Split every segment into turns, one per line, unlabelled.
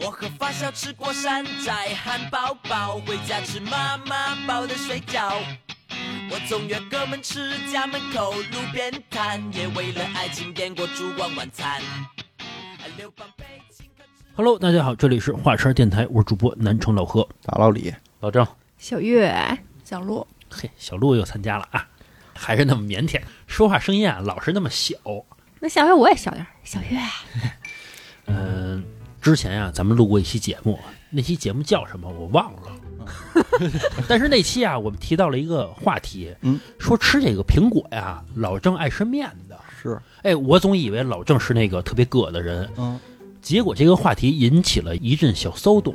我和发小吃过山寨汉堡包，回家吃妈妈包的水饺。我总约哥们吃家门口路边摊，也为了爱情点过烛光晚餐。啊刘邦被请客吃
Hello，大家好，这里是华山电台，我是主播南城老何，
打老李，
老郑。
小月、小鹿，
嘿，小鹿又参加了啊，还是那么腼腆，说话声音啊老是那么小。
那下回我也小点儿。小月，
嗯、之前啊咱们录过一期节目，那期节目叫什么我忘了。 但是那期啊，我们提到了一个话题，
嗯，
说吃这个苹果呀，老郑爱吃面的。
是，
哎，我总以为老郑是那个特别硌的人，
嗯，
结果这个话题引起了一阵小骚动，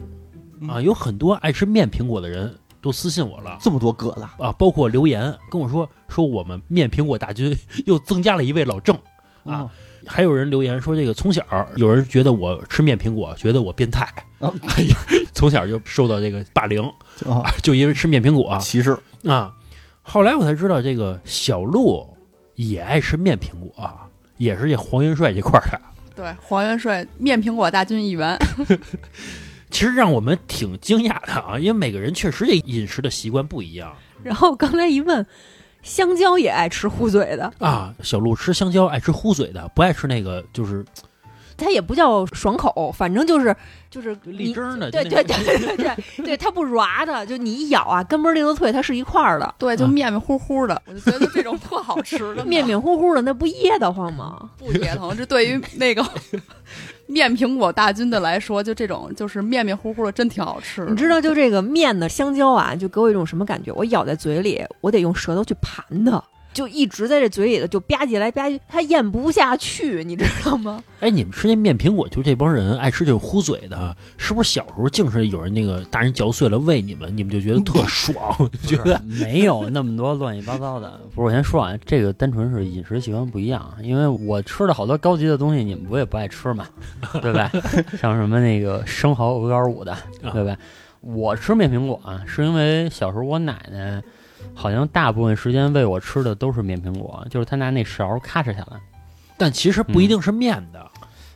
啊，有很多爱吃面苹果的人都私信我了。
这么多个子，
啊，包括留言跟我说说我们面苹果大军又增加了一位老郑，啊还有人留言说这个从小有人觉得我吃面苹果，觉得我变态，哎
啊
从小就受到这个霸凌，
啊，
就因为吃面苹果
歧视，
啊。后来我才知道，这个小鹿也爱吃面苹果、啊也是这黄元帅这块儿的。
对，黄元帅面苹果大军一员，
其实让我们挺惊讶的啊，因为每个人确实这饮食的习惯不一样
然后刚才一问，香蕉也爱吃糊嘴的，
啊。小鹿吃香蕉爱吃糊嘴的，不爱吃那个就是
它也不叫爽口，反正就是就是
荔枝儿的。
对
就那
对
种
对对对对，对它不软的，就你一咬啊，根根儿都脆，它是一块儿的，
对，
就
就
啊
面面糊糊的，我就觉得这种特好吃的
面面糊糊的，那不噎得慌吗？
不也疼。这对于那 个面苹果大军的来说，就这种就是面面糊糊的，真挺好吃
你
的。
知道，就这个面的香蕉啊，就给我一种什么感觉？我咬在嘴里，我得用舌头去盘它，就一直在这嘴里头就吧唧来吧唧，它咽不下去，你知道吗？
哎，你们吃那面苹果，就这帮人爱吃这种糊嘴的，啊是不是小时候净是有人那个大人嚼碎了喂你们，你们就觉得特 爽，觉得
没有那么多乱七八糟的。不是，我先说啊，这个单纯是饮食习惯不一样，啊因为我吃了好多高级的东西，你们不也不爱吃嘛，对吧？像什么那个生蚝鹅肝五的，对吧？我吃面苹果啊，是因为小时候我奶奶好像大部分时间喂我吃的都是面苹果，就是她拿那勺咔嚓下来。
但其实不一定是面的。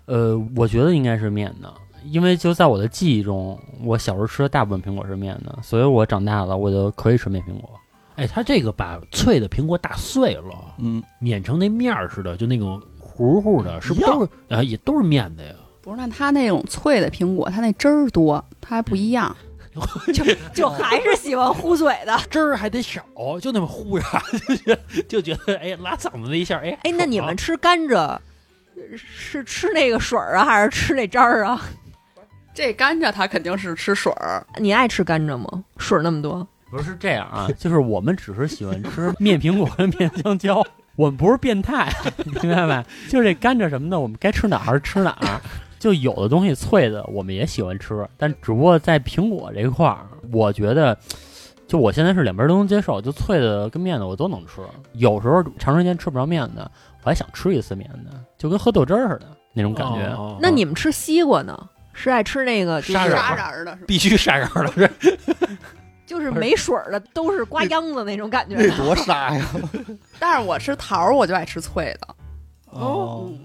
呃，我觉得应该是面的，因为就在我的记忆中，我小时候吃的大部分苹果是面的，所以我长大了我就可以吃面苹果。
哎，他这个把脆的苹果打碎了，
嗯，
碾成那面儿似的，就那种糊糊的，是不是都是啊？也都是面的呀？
不是，那它那种脆的苹果，它那汁儿多，它还不一样。
就还是喜欢糊嘴的。
汁儿还得少，就那么糊着， 就觉得哎拉嗓子那一下，哎
哎，那你们吃甘蔗呃是吃那个水儿啊，还是吃那渣儿啊？
这甘蔗它肯定是吃水儿，
你爱吃甘蔗吗？水儿那么多，
不是这样啊， 就是我们只是喜欢吃面苹果跟面香蕉，我们不是变态，明白吧？就是这甘蔗什么的，我们该吃哪儿还是吃哪儿。就有的东西脆的，我们也喜欢吃，但只不过在苹果这一块儿，我觉得，就我现在是两边都能接受，就脆的跟面的我都能吃。有时候长时间吃不着面的，我还想吃一次面的，就跟喝豆汁儿似的那种感觉。
哦
那你们吃西瓜呢？是爱吃那个就是
沙瓤儿
瓤儿的是吧？
必须杀人了，是
就是没水儿的，都是瓜秧子那种感觉
那
的。
多傻呀！
但是我吃桃儿，我就爱吃脆的。
哦，
嗯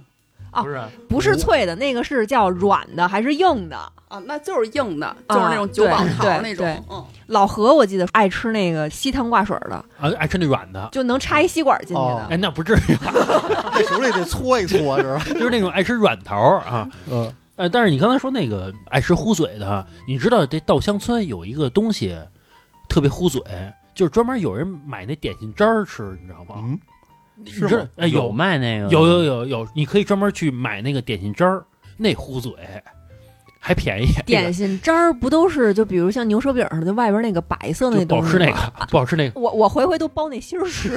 哦
不是，
不是脆的，那个是叫软的还是硬的？
啊，那就是硬的，就是那种九宝桃儿那种
对对。
嗯，
老何我记得爱吃那个稀汤挂水儿的，
啊，爱吃那软的。
就能插一吸管进去
哦
哎，
的。
那不至于，
那手里得搓一搓，是吧？
就是那种爱吃软桃儿啊，
嗯，
呃，但是你刚才说那个爱吃糊嘴的，你知道这稻香村有一个东西特别糊嘴，就是专门有人买那点心渣儿吃，你知道吗？
嗯，
你
是吗
知道哎，有
卖那个，
有有有有，你可以专门去买那个点心渣儿，那糊嘴还便宜，
点心渣儿不都是就比如像牛舌饼似的，外边那个白色
那
的
个就不
那东
好
西
吃那
吗
个，不好吃那个，
我我回回都包那芯儿吃。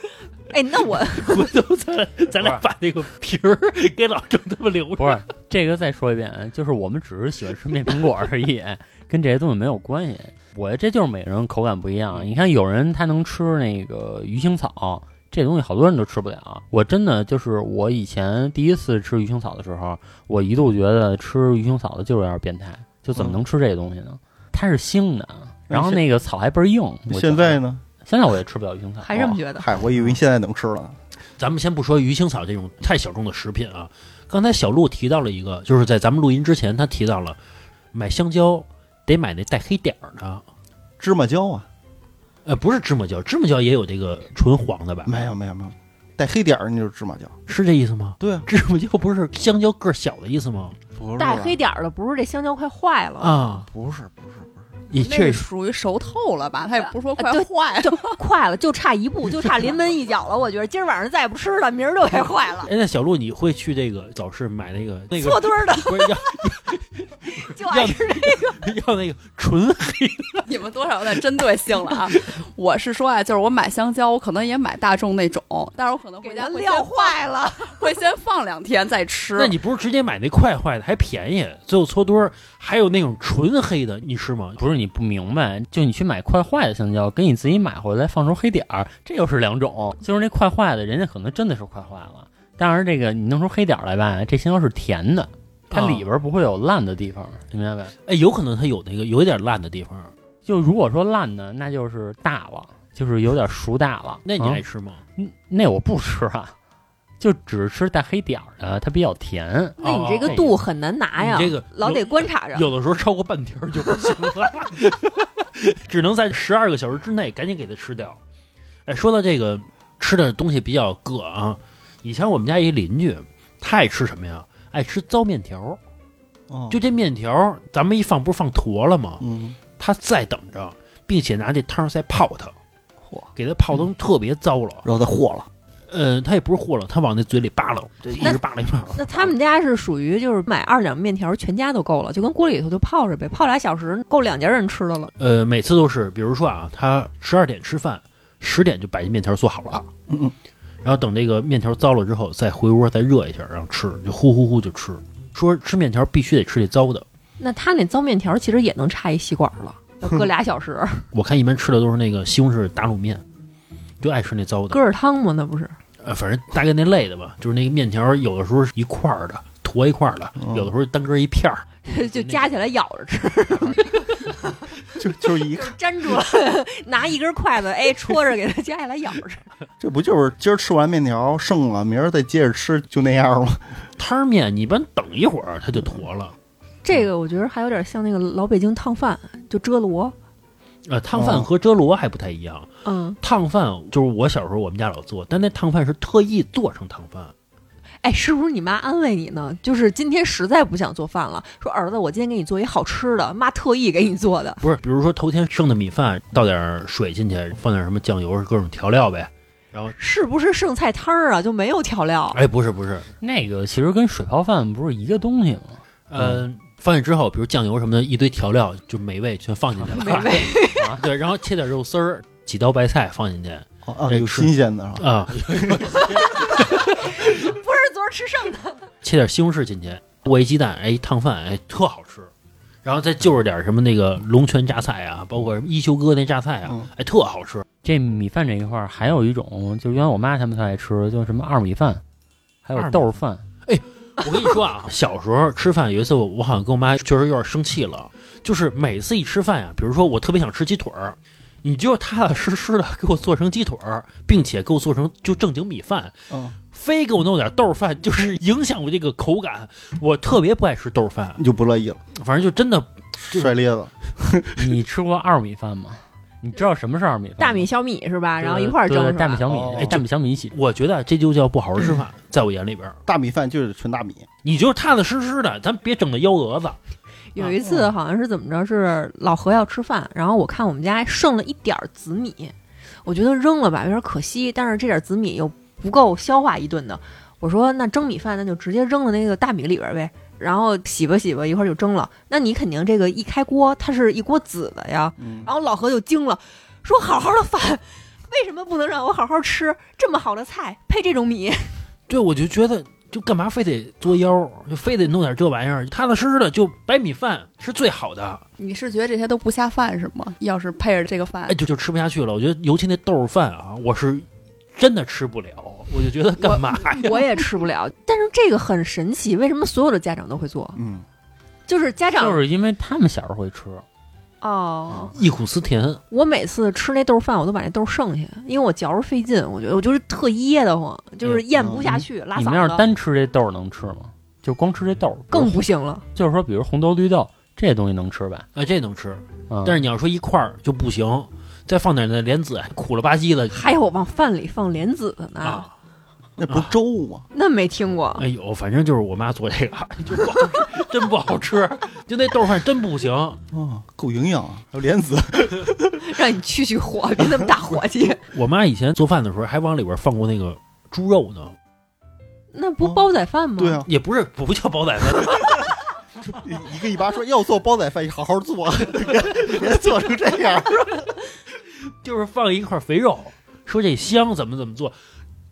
哎，那我
回头咱咱俩把那个皮儿 给老郑他们留着。
不是这个，再说一遍啊，就是我们只是喜欢吃面苹果而已，跟这些东西没有关系。我这就是每个人口感不一样。你看，有人他能吃那个鱼腥草，这东西好多人都吃不了。我真的就是我以前第一次吃鱼腥草的时候，我一度觉得吃鱼腥草的就是有点变态，就
嗯
怎么能吃这东西呢？它是腥的，然后那个草还倍儿硬。我
现在呢？
现在我也吃不了鱼腥草，哦
还这么觉得。
嗨，我以为你现在能吃了。
咱们先不说鱼腥草这种太小众的食品啊，刚才小鹿提到了一个，就是在咱们录音之前，他提到了买香蕉得买那带黑点儿的，
芝麻椒啊，
呃，不是芝麻椒，芝麻椒也有这个纯黄的吧？
没有，没有没有，带黑点儿那就是芝麻椒。
是这意思吗？
对啊，
芝麻椒不是香蕉个儿小的意思吗？
不是啊
带黑点儿的，不是这香蕉快坏了，
啊，
不是不是不是，
也
那个
确实
属于熟透了吧？他也不说快
啊对
坏了，
快了就差一步，就差临门一脚了。我觉得今儿晚上再不吃了，明儿就该坏了。
哎，那小鹿，你会去这个早市买那个那个
错堆儿的
不是要
就爱吃这个，
要那个纯黑
你们多少有点针对性了啊！我是说啊，就是我买香蕉，我可能也买大众那种，但是我可能回家会先
撂坏了。
会先放两天再吃。
那你不是直接买那快坏的，还便宜，最后搓堆儿，还有那种纯黑的，你吃吗？
不是你不明白，就你去买快坏的香蕉，跟你自己买回来放出黑点儿，这又是两种。就是那快坏的，人家可能真的是快坏了，但是这个你弄出黑点儿来吧，这香蕉是甜的，它
啊
里边儿不会有烂的地方，你明白呗？
哎，有可能它有那个有一点烂的地方，
就如果说烂的，那就是大了，就是有点熟大了。
那你
啊
爱吃吗？
嗯那我不吃啊，就只吃带黑点儿的，它比较甜。
那你这
哦
个度很难拿呀，
你这个
老得观察着。
有的时候超过半条就不行了， 只能在十二个小时之内赶紧给它吃掉。哎，说到这个吃的东西比较各啊，以前我们家一邻居，他爱吃什么呀？爱吃糟面条儿，
哦
就这面条儿，咱们一放不是放坨了吗？
嗯，
他再等着，并且拿这汤儿再泡它，
嚯，
给它泡成特别糟了。
然后再和了，
呃，他也不是和了，他往那嘴里扒拉，就一直扒拉一扒拉。
那他们家是属于就是买二两面条，全家都够了，就跟锅里头就泡着呗，泡俩小时够两家人吃的了。
呃，每次都是，比如说啊，他十二点吃饭，十点就把这面条做好了，
嗯嗯，
然后等这个面条糟了之后，再回窝再热一下，然后吃，就呼呼呼就吃。说吃面条必须得吃这糟的，
那他那糟面条其实也能插一吸管了，要搁俩小时，
我看一般吃的都是那个西红柿打卤面，就爱吃那糟的
疙，瘩汤嘛，那不是？
呃，反正大概那类的吧，就是那个面条有的时候是一块儿的，坨一块儿的，
嗯
有的时候单根一片儿，
就夹起来咬着吃，
就就是一看，
粘住了， 拿一根筷子，哎，戳着给它夹起来咬着吃。
这不就是今儿吃完面条剩了，明儿再接着吃，就那样吗？
摊儿面你一般等一会儿它就坨了。
这个我觉得还有点像那个老北京烫饭，就遮罗。
呃，烫饭
哦
和遮罗还不太一样，
嗯，
烫饭就是我小时候我们家老做，但那烫饭是特意做成烫饭。
哎，是不是你妈安慰你呢？就是今天实在不想做饭了，说儿子，我今天给你做一好吃的，妈特意给你做的。
不是，比如说头天剩的米饭，倒点儿水进去，放点儿什么酱油、各种调料呗。
是不是剩菜汤儿啊？就没有调料？
哎，不是不是，
那个其实跟水泡饭不是一个东西吗？
呃，放进去之后，比如酱油什么的，一堆调料就美味全放进去了。
美味
啊，对，然后切点肉丝儿，几刀白菜放进去
哦啊，
这
有
吃
新鲜的是吧？
啊，
不是昨儿吃剩的。
切点西红柿进去，剁一鸡蛋，哎，烫饭，哎，特好吃。然后再就着点儿什么那个龙泉榨菜啊，包括什么一休哥那榨菜啊
嗯，
哎，特好吃。
这米饭这一块儿还有一种，就原来我妈他们特爱吃，就是什么二米饭，还
二
有
米
豆儿饭。
我跟你说啊，小时候吃饭有一次我我好像跟我妈确实有点生气了，就是每次一吃饭呀、比如说我特别想吃鸡腿儿，你就踏踏实实的给我做成鸡腿儿，并且给我做成就正经米饭，
嗯，
非给我弄点豆儿饭，就是影响我这个口感。我特别不爱吃豆儿饭，
你就不乐意了，
反正就真的
摔咧子，
你吃过二米饭吗？你知道什么是二米饭吗？
大米小米是吧？
对
然后一块儿蒸
对
是
大米
吧？
小米，
哦
哎，大米小米一起。
我觉得这就叫不好好吃饭，在我眼里边儿，
大米饭就是纯大米，
你就踏踏实实的，咱别整那幺蛾子。
有一次好像是怎么着，是老何要吃饭，然后我看我们家剩了一点儿紫米，我觉得扔了吧有点可惜，但是这点儿紫米又不够消化一顿的。我说那蒸米饭那就直接扔到那个大米里边儿呗，然后洗吧洗吧一会儿就蒸了。那你肯定这个一开锅，它是一锅紫的呀。
嗯
然后老何就惊了，说好好的饭。为什么不能让我好好吃这么好的菜配这种米？
对，我就觉得就干嘛非得作妖，就非得弄点这玩意儿，踏踏实实的就白米饭是最好的。
你是觉得这些都不下饭是吗？要是配着这个饭
哎，，就就吃不下去了。我觉得尤其那豆儿饭啊，我是真的吃不了，我就觉得干嘛呀？
我也吃不了，但是这个很神奇，为什么所有的家长都会做？
嗯，
就是家长
就是因为他们小时候会吃，
哦，
忆苦思甜，
我每次吃那豆饭，我都把那豆剩下，因为我嚼着费劲，我觉得我就是特噎得慌，就是咽不下去，拉
你们要
嗓
是
子
单吃这豆儿能吃吗？就光吃这豆儿
更
不
不行了。
就是说，比如红豆绿豆这东西能吃吧？
哎，这能吃，
嗯、
但是你要说一块儿就不行，再放点那莲子，苦了吧唧的
还有往饭里放莲子的呢，
啊！
那不是粥吗？
那没听过。
哎呦，反正就是我妈做这个就不好吃，真不好吃，就那豆饭真不行。
啊， 够营养，还有莲子，
让你去去火，别那么大火气。
我妈以前做饭的时候还往里边放过那个猪肉呢，
那不煲仔饭吗？
对啊，
也不是不叫煲仔饭，
一个一巴说要做煲仔饭，好好做， 别别做成这样。
就是放一块肥肉，说这香怎么怎么做，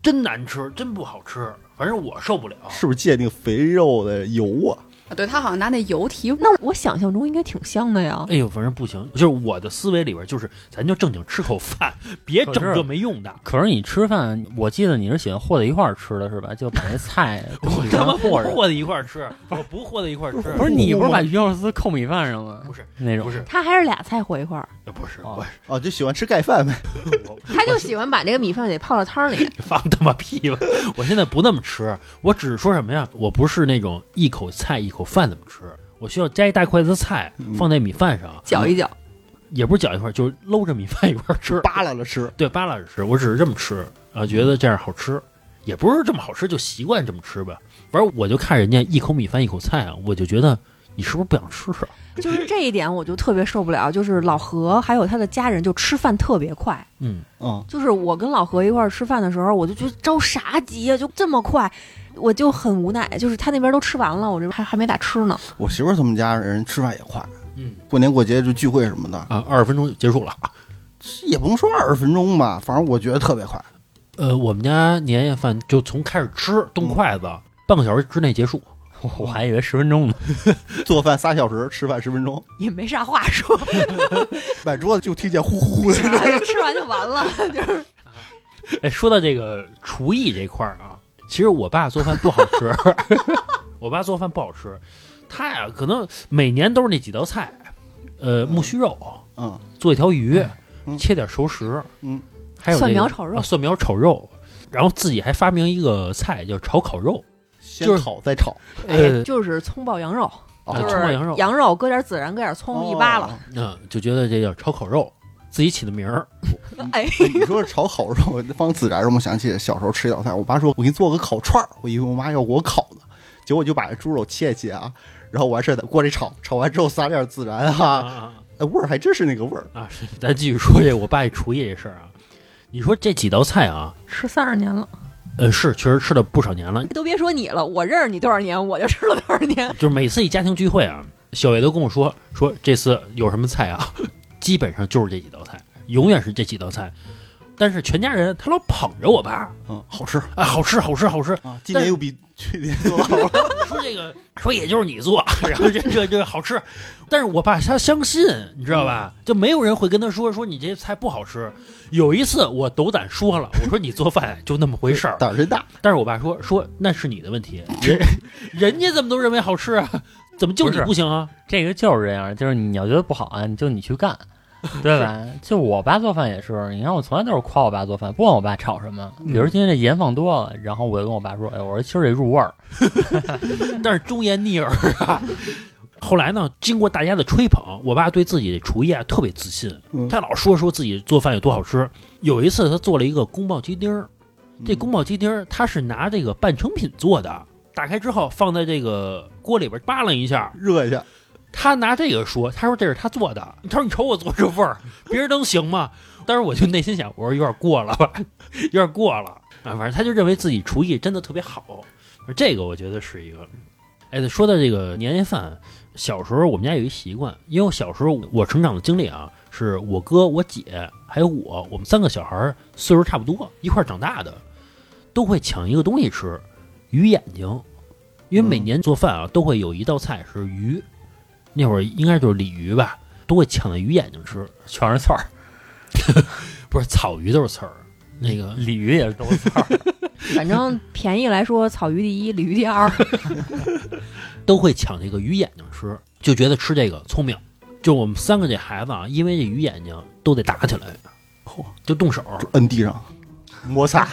真难吃，真不好吃，反正我受不了。
是不是借那个肥肉的油啊？
啊对他好像拿那油提味儿，
那我想象中应该挺香的呀。
哎呦，反正不行，就是我的思维里边就是，咱就正经吃口饭，别整这没 用的。
可是你吃饭，我记得你是喜欢和在一块儿吃的是吧？就把 那菜跟米
他妈
饭
不
和着。
和在一块儿吃，我不和在一块儿吃，
啊不是你不是把鱼肉丝扣米饭上吗？
不是
那种
不，是
他还是俩菜和一块儿，
不是，
哦
我
哦，就喜欢吃盖饭呗。
他就喜欢把这个米饭给泡到汤里。
放他妈屁吧！我现在不那么吃，我只是说什么呀？我不是那种一口菜一口饭那么吃，我需要夹一大筷子菜
嗯
放在米饭上，
搅一搅，
也不是搅一块儿，就是搂着米饭一块儿吃，
扒拉着吃，
对，扒拉着吃，我只是这么吃啊，觉得这样好吃，也不是这么好吃，就习惯这么吃吧。反正我就看人家一口米饭一口菜啊，我就觉得你是不是不想吃啊？
就是这一点我就特别受不了。就是老何还有他的家人，就吃饭特别快。
嗯，
嗯，
就是我跟老何一块儿吃饭的时候，我就觉得着啥急呀、就这么快，我就很无奈。就是他那边都吃完了，我这边还还没咋吃呢。
我媳妇儿他们家人吃饭也快，
嗯，
过年过节就聚会什么的，
啊，二十分钟就结束了。
也不能说二十分钟吧，反正我觉得特别快。
呃，我们家年夜饭就从开始吃动筷子，半个小时之内结束。
我还以为十分钟呢。
做饭仨小时，吃饭十分钟，
也没啥话 说，
摆桌子就听见呼呼呼的。
吃完就 完了。就是
哎，说到这个厨艺这块儿啊，其实我爸做饭不好 吃，我爸做饭不好吃，他呀可能每年都是那几道菜，呃，木须肉，
嗯，
做一条鱼，
嗯
切点熟食，
嗯，
还有、那
蒜
个、
苗炒肉
啊蒜苗炒肉，然后自己还发明一个菜叫炒烤肉，
先
就是
烤再炒，
哎
呃，
就是葱爆羊肉，
啊
就
葱爆羊
是
肉，
羊肉搁点孜然，搁点葱，一扒拉。
哦。
嗯、就觉得这叫炒烤肉，自己起的名儿，
哎，
你说炒烤肉， 放孜然肉，我想起小时候吃一道菜，我爸说我给你做个烤串儿，我以为我妈要给我烤呢，结果就把猪肉切切啊，然后完事儿在锅里炒，炒完之后撒点孜然啊，
啊
哎味儿还真是那个味儿。
啊！是 咱继续说这我爸这厨艺这事儿啊，你说这几道菜啊，
吃三十年了，
呃，是确实吃了不少年了，
都别说你了，我认识你多少年，我就吃了多少年。
就是每次一家庭聚会啊，小月都跟我说说这次有什么菜啊， 基本上就是这几道菜，永远是这几道菜。但是全家人他老捧着我爸，
嗯，好吃
啊，好吃，好吃，好吃。
啊，今年又比去年做得好。
说这个，说也就是你做，然后这这这好吃。但是我爸他相信，你知道吧？
嗯
就没有人会跟他说说你这菜不好吃。有一次我斗胆说了，我说你做饭就那么回事儿，
胆儿真大，
但是我爸说说那是你的问题，人人家怎么都认为好吃啊，怎么就你
不是
不行啊？
这个就是这样，就是你要觉得不好啊，你就你去干，对吧？就我爸做饭也是，你看我从来都是夸我爸做饭，不管我爸炒什么。比如今天这盐放多了，然后我就跟我爸说：“哎，我说今儿这入味儿。
但是忠言逆耳啊。后来呢，经过大家的吹捧，我爸对自己的厨艺啊特别自信，
嗯
他老说说自己做饭有多好吃。有一次，他做了一个宫保鸡丁儿，
嗯
这宫保鸡丁儿他是拿这个半成品做的，打开之后放在这个锅里边扒拉一下，
热一下，
他拿这个说，他说这是他做的，他说你瞅我做这味儿，别人能行吗？当时我就内心想，我说有点过了吧，有点过了啊。反正他就认为自己厨艺真的特别好，这个我觉得是一个。哎，说到这个年夜饭，小时候我们家有一习惯，因为我小时候我成长的经历啊，是我哥、我姐还有我，我们三个小孩儿岁数差不多，一块儿长大的，都会抢一个东西吃，鱼眼睛。因为每年做饭啊，都会有一道菜是鱼，那会儿应该就是鲤鱼吧，都会抢那鱼眼睛吃，”
全是刺儿，
不是草鱼都是刺儿。那个
鲤鱼也是都是刺儿。
反正便宜来说，草鱼第一，鲤鱼第二。
都会抢这个鱼眼睛吃，就觉得吃这个聪明。就我们三个这孩子啊，因为这鱼眼睛都得打起来，就动手。
就摁地上摩擦，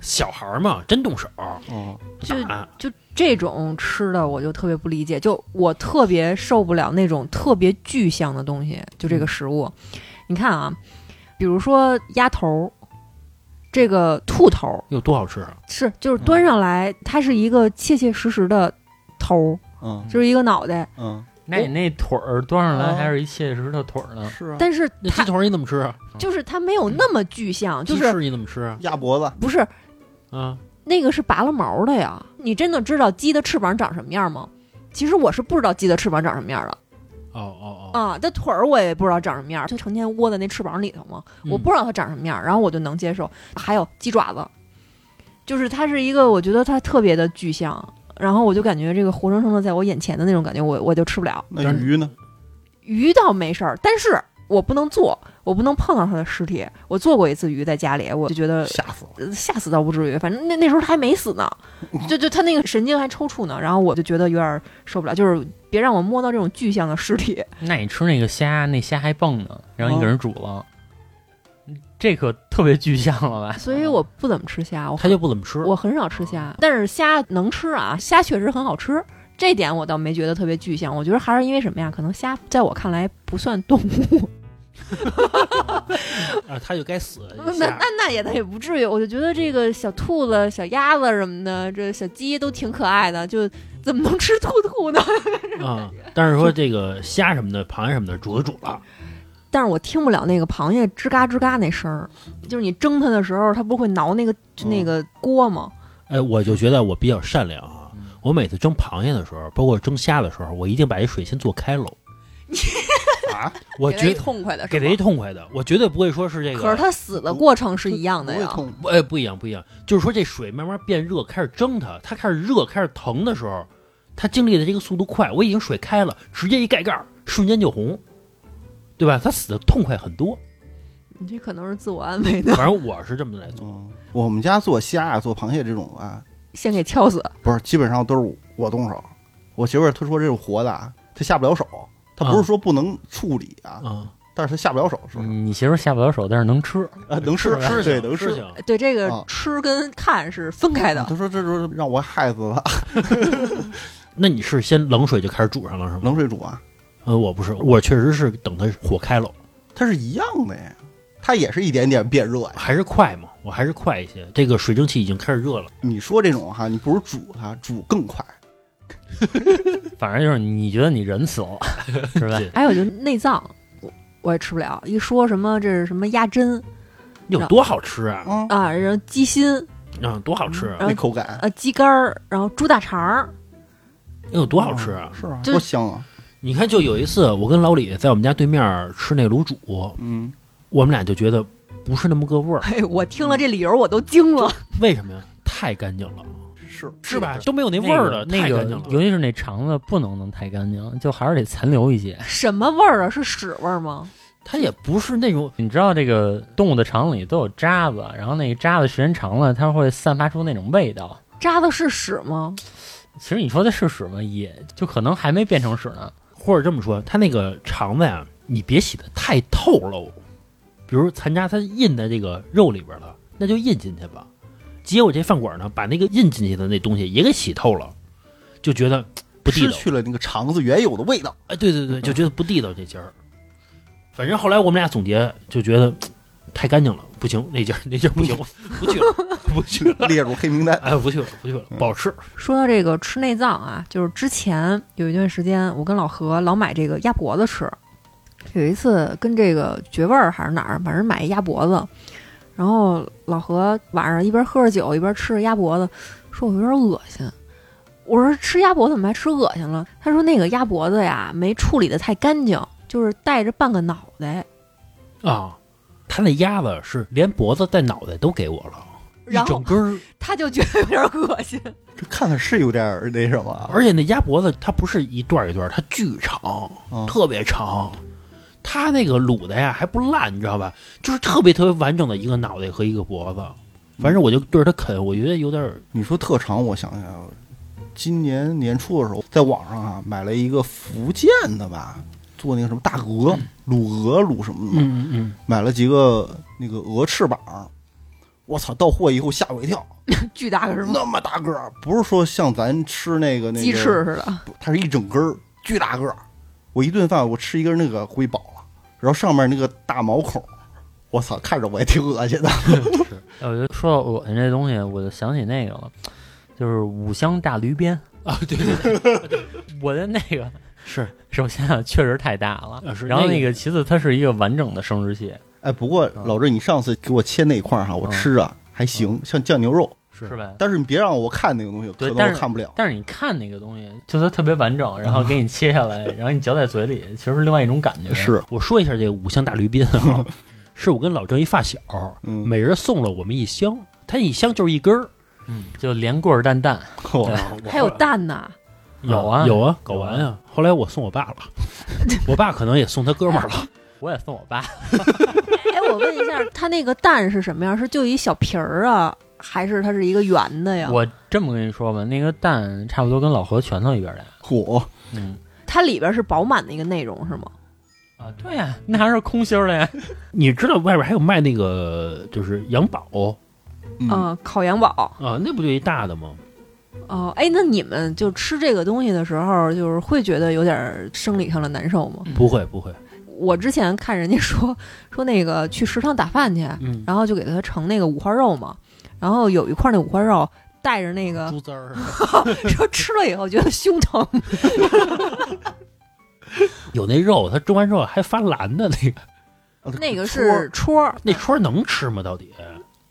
小孩儿嘛，真动手儿
哦，
就
打
就这种吃的，我就特别不理解，就我特别受不了那种特别具象的东西，就
嗯
这个食物。你看啊，比如说鸭头，这个兔头
有多好吃啊？
是就是端上来，它是一个切切实实的头，
嗯
就是一个脑袋，
嗯，
那你那腿儿端上来
哦
还是一切实的腿儿呢？
是啊，
但是
嗯那鸡嗯
它
腿儿你怎么吃啊？
就是它没有那么具象，就
鸡
是
翅你怎么吃啊？
鸭脖子，
不是
啊，
那个是拔了毛的呀？你真的知道鸡的翅膀长什么样吗？其实我是不知道鸡的翅膀长什么样的。
哦哦哦，
啊，这腿儿我也不知道长什么样儿，就成天窝在那翅膀里头嘛，我
嗯
不知道它长什么样儿，然后我就能接受。还有鸡爪子，就是它是一个，我觉得它特别的具象，然后我就感觉这个活生生的在我眼前的那种感觉，我我就吃不了。
那鱼呢？
鱼倒没事儿，但是我不能做，我不能碰到它的尸体。我做过一次鱼在家里，我就觉得
吓死了，
呃吓死倒不至于，反正那那时候他还没死 呢，就就他那个神经还抽搐呢，然后我就觉得有点儿受不了，就是别让我摸到这种具象的尸体。
那你吃那个虾，那虾还蹦呢，然后你给人煮了，这可特别具象了吧？
所以我不怎么吃虾，我
他嗯就不怎么吃。
哦我很少吃虾，但是虾能吃啊，虾确实很好吃。这点我倒没觉得特别具象，我觉得还是因为什么呀？可能虾在我看来不算动物，
啊，他就该死。
那
一
那
下
那也那也不至于。我就觉得这个小兔子、小鸭子什么的，这小鸡都挺可爱的，就怎么能吃兔兔呢？
啊，但是说这个虾什么的、螃蟹什么的，煮就煮了。
但是我听不了那个螃蟹吱嘎吱嘎那声儿，就是你蒸它的时候，它不会挠那个
嗯
就那个锅吗？
哎，我就觉得我比较善良啊。
嗯
我每次蒸螃蟹的时候，包括蒸虾的时候，我一定把这水先做开喽。
啊，
我
给他一
绝
痛快的，
给他一痛快的，我绝对不会说是这个。
可是它死的过程是一样的
不会
呀。
痛，
不，哎，不一样，不一样，就是说这水慢慢变热，开始蒸它，它开始热，开始疼的时候，它经历的这个速度快，我已经水开了，直接一盖盖儿，瞬间就红，对吧？它死的痛快很多，
你这可能是自我安慰的，
反正我是这么来做。
嗯，我们家做虾啊，做螃蟹这种啊，
先给敲死。
不是，基本上都是我动手。我媳妇儿她说这种活的啊，她下不了手，她不是说不能处理啊，
啊，嗯
但是她下不了手，是不是？
你媳妇儿下不了手，但是能吃，
啊，能吃
吃
对，
行，
能
吃
吃。
行。
对，这个
啊
吃跟看是啊分开的。
她说这就是让我害死了，
那你是先冷水就开始煮上了是吗？
冷水煮啊，
呃，我不是，我确实是等它火开了，
它是一样的呀，它也是一点点变热呀。
还是快嘛，我还是快一些。这个水蒸气已经开始热了，
你说这种哈，你不如煮它，煮更快。
反正就是你觉得你人死了，是吧？
对
还有就是内脏，我我也吃不了。一说什么这是什么鸭胗
有多好吃啊！
嗯，
啊，然后鸡心
啊，多好吃啊！
那口感
啊，鸡肝儿，然后猪大肠儿，
有多好吃啊！
是啊，
就
多香啊！
你看，就有一次我跟老李在我们家对面吃那卤煮，
嗯，
我们俩就觉得不是那么个味儿，
哎，我听了这理由我都惊了。
为什么呀？太干净了，
是
是吧？？都没有那味儿了，
那个
太干净
那
了。
个，尤其是那肠子不能弄太干净，就还是得残留一些。
什么味儿啊？是屎味儿吗？
它也不是那种
你知道这个动物的肠里都有渣子，然后那个渣子时间长了，它会散发出那种味道。
渣子是屎吗？
其实你说的是屎吗？也就可能还没变成屎呢。
或者这么说，它那个肠子呀、你别洗的太透喽。比如残渣，它印在这个肉里边了，那就印进去吧。结果这饭馆呢，把那个印进去的那东西也给洗透了，就觉得嘖不地
失
道。
去了那个肠子原有的味道。
哎，对对对，就觉得不地道这家儿。反正后来我们俩总结，就觉得嘖太干净了，不行，那家儿那家儿不行，不去了， 不去了。
列入黑名单。
哎，不去了，不去了，不好吃。
说到这个吃内脏啊，就是之前有一段时间，我跟老何老买这个鸭脖子吃。有一次跟这个绝味儿还是哪儿，反正买一鸭脖子，然后老何晚上一边喝着酒一边吃着鸭脖子，说我有点恶心。我说吃鸭脖子怎么还吃恶心了？他说那个鸭脖子呀没处理的太干净，就是带着半个脑袋。
啊，他那鸭子是连脖子带脑袋都给我了，一
然后
整根儿，
他就觉得有点恶心，
这看的是有点儿那什么啊，
而且那鸭脖子它不是一段儿一段儿，它巨长，
嗯
特别长。它那个卤的呀还不烂，你知道吧？就是特别特别完整的一个脑袋和一个脖子。反正我就对着它啃，我觉得有点儿
你说特长，我想想，今年年初的时候，在网上啊买了一个福建的吧，做那个什么大
嗯
鹅、卤鹅、卤什么的嘛，
嗯嗯
买了几个那个鹅翅膀，我操，到货以后吓我一跳，
巨大个是吗？
那么大个儿，不是说像咱吃那个那个
鸡翅似的，
不它是一整根儿，巨大个儿。我一顿饭我吃一根儿那个回饱了，然后上面那个大毛孔，我操，看着我也挺恶心的。
哎我就说到恶心这东西，我就想起那个了，就是五香炸驴鞭。
啊，对对对，
我的那个
是
首先啊，确实太大了，
啊是
然后
那个
那个其次，它是一个完整的生殖器，
哎，不过
嗯
老郑，你上次给我切那块儿哈，我吃啊还行，像酱牛肉，
是
是吧？
但是你别让我看那个东西，
对
可能
但
我
是
看不了。
但是你看那个东西，就它特别完整，然后给你切下 来，然后你嚼在嘴里，其实是另外一种感觉。，
是，
我说一下这个五香大驴鞭啊，是我跟老郑一发小，
嗯，
每人送了我们一箱，他一箱就是一根儿，啊
嗯，就连棍儿蛋蛋
我
还有蛋呢，
有啊
有啊，睾丸啊。后来我送我爸了， 我爸可能也送他哥们儿了，
我也送我爸，
哎，我问一下，它那个蛋是什么样？是就一小皮儿啊，还是它是一个圆的呀？
我这么跟你说吧，那个蛋差不多跟老何拳头一边大。
火，
嗯
它里边是饱满的一个内容是吗？
啊，对呀、那还是空心儿的呀。
你知道外边还有卖那个就是羊宝
嗯，
嗯，烤羊堡。
啊，那不就一大的吗？
哦，哎，那你们就吃这个东西的时候，就是会觉得有点儿生理上的难受吗？
不会不会，
我之前看人家说 说那个去食堂打饭去，
嗯，
然后就给它盛那个五花肉嘛，然后有一块那五花肉带着那个，
猪滋儿。
说吃了以后觉得胸疼，
有那肉，它蒸完之后还发蓝的 那个，
那个是戳儿，
那戳儿能吃吗？到底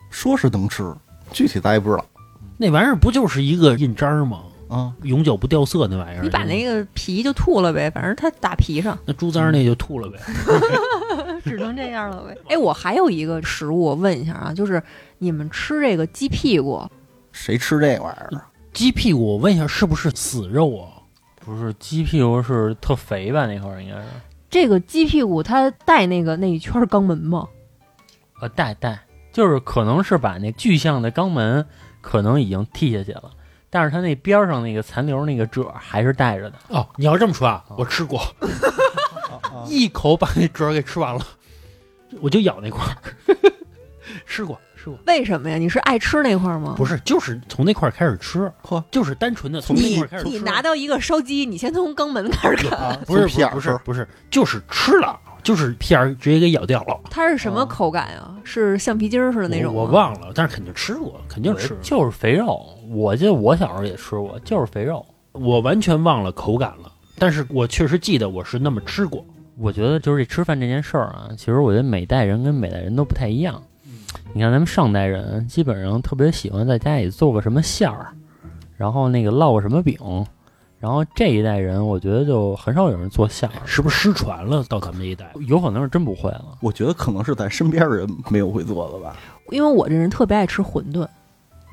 说是能吃，具体咱也不知道
那玩意儿不就是一个印章儿吗？
啊。
永久不掉色那玩意儿。
你把那个皮就吐了呗，反正它打皮上，
那猪脏儿那就吐了呗。
只能这样了呗。哎，我还有一个食物，我问一下啊，就是你们吃这个鸡屁股，
谁吃这玩意儿啊？
鸡屁股，我问一下，是不是死肉啊？
不是鸡屁股是特肥吧？那会儿应该是
这个鸡屁股它带那个那一圈儿肛门吗？
呃带带，就是可能是把那巨象的肛门可能已经剃下去了，但是它那边儿上那个残留那个褶儿还是带着的。
哦，你要这么说啊，
啊
我吃过，
啊
一口把那褶儿给吃完了，我就咬那块儿， 吃过吃过，
为什么呀？你是爱吃那块儿吗？
不是，就是从那块儿开始吃，
呵
就是单纯的从那
你
块儿开始吃。
你拿到一个烧鸡，你先从肛门开始啃，
啊
不是
从屁眼儿
不
吃
是不是，就是吃了，就是片儿直接给咬掉了。
它是什么
哦
口感呀、是橡皮筋儿似的那种吗
啊我我忘了，但是肯定吃过，肯定吃。
就是肥肉，我记得我小时候也吃过，就是肥肉。
我完全忘了口感了，但是我确实记得我是那么吃过。
我觉得就是这吃饭这件事儿啊，其实我觉得每代人跟每代人都不太一样。你看咱们上代人基本上特别喜欢在家里做个什么馅儿，然后那个烙个什么饼，然后这一代人我觉得就很少有人做馅儿，
是不是失传了到咱们这一代？
有可能是真不会了。
我觉得可能是咱身边的人没有会做的吧。
因为我这人特别爱吃馄饨，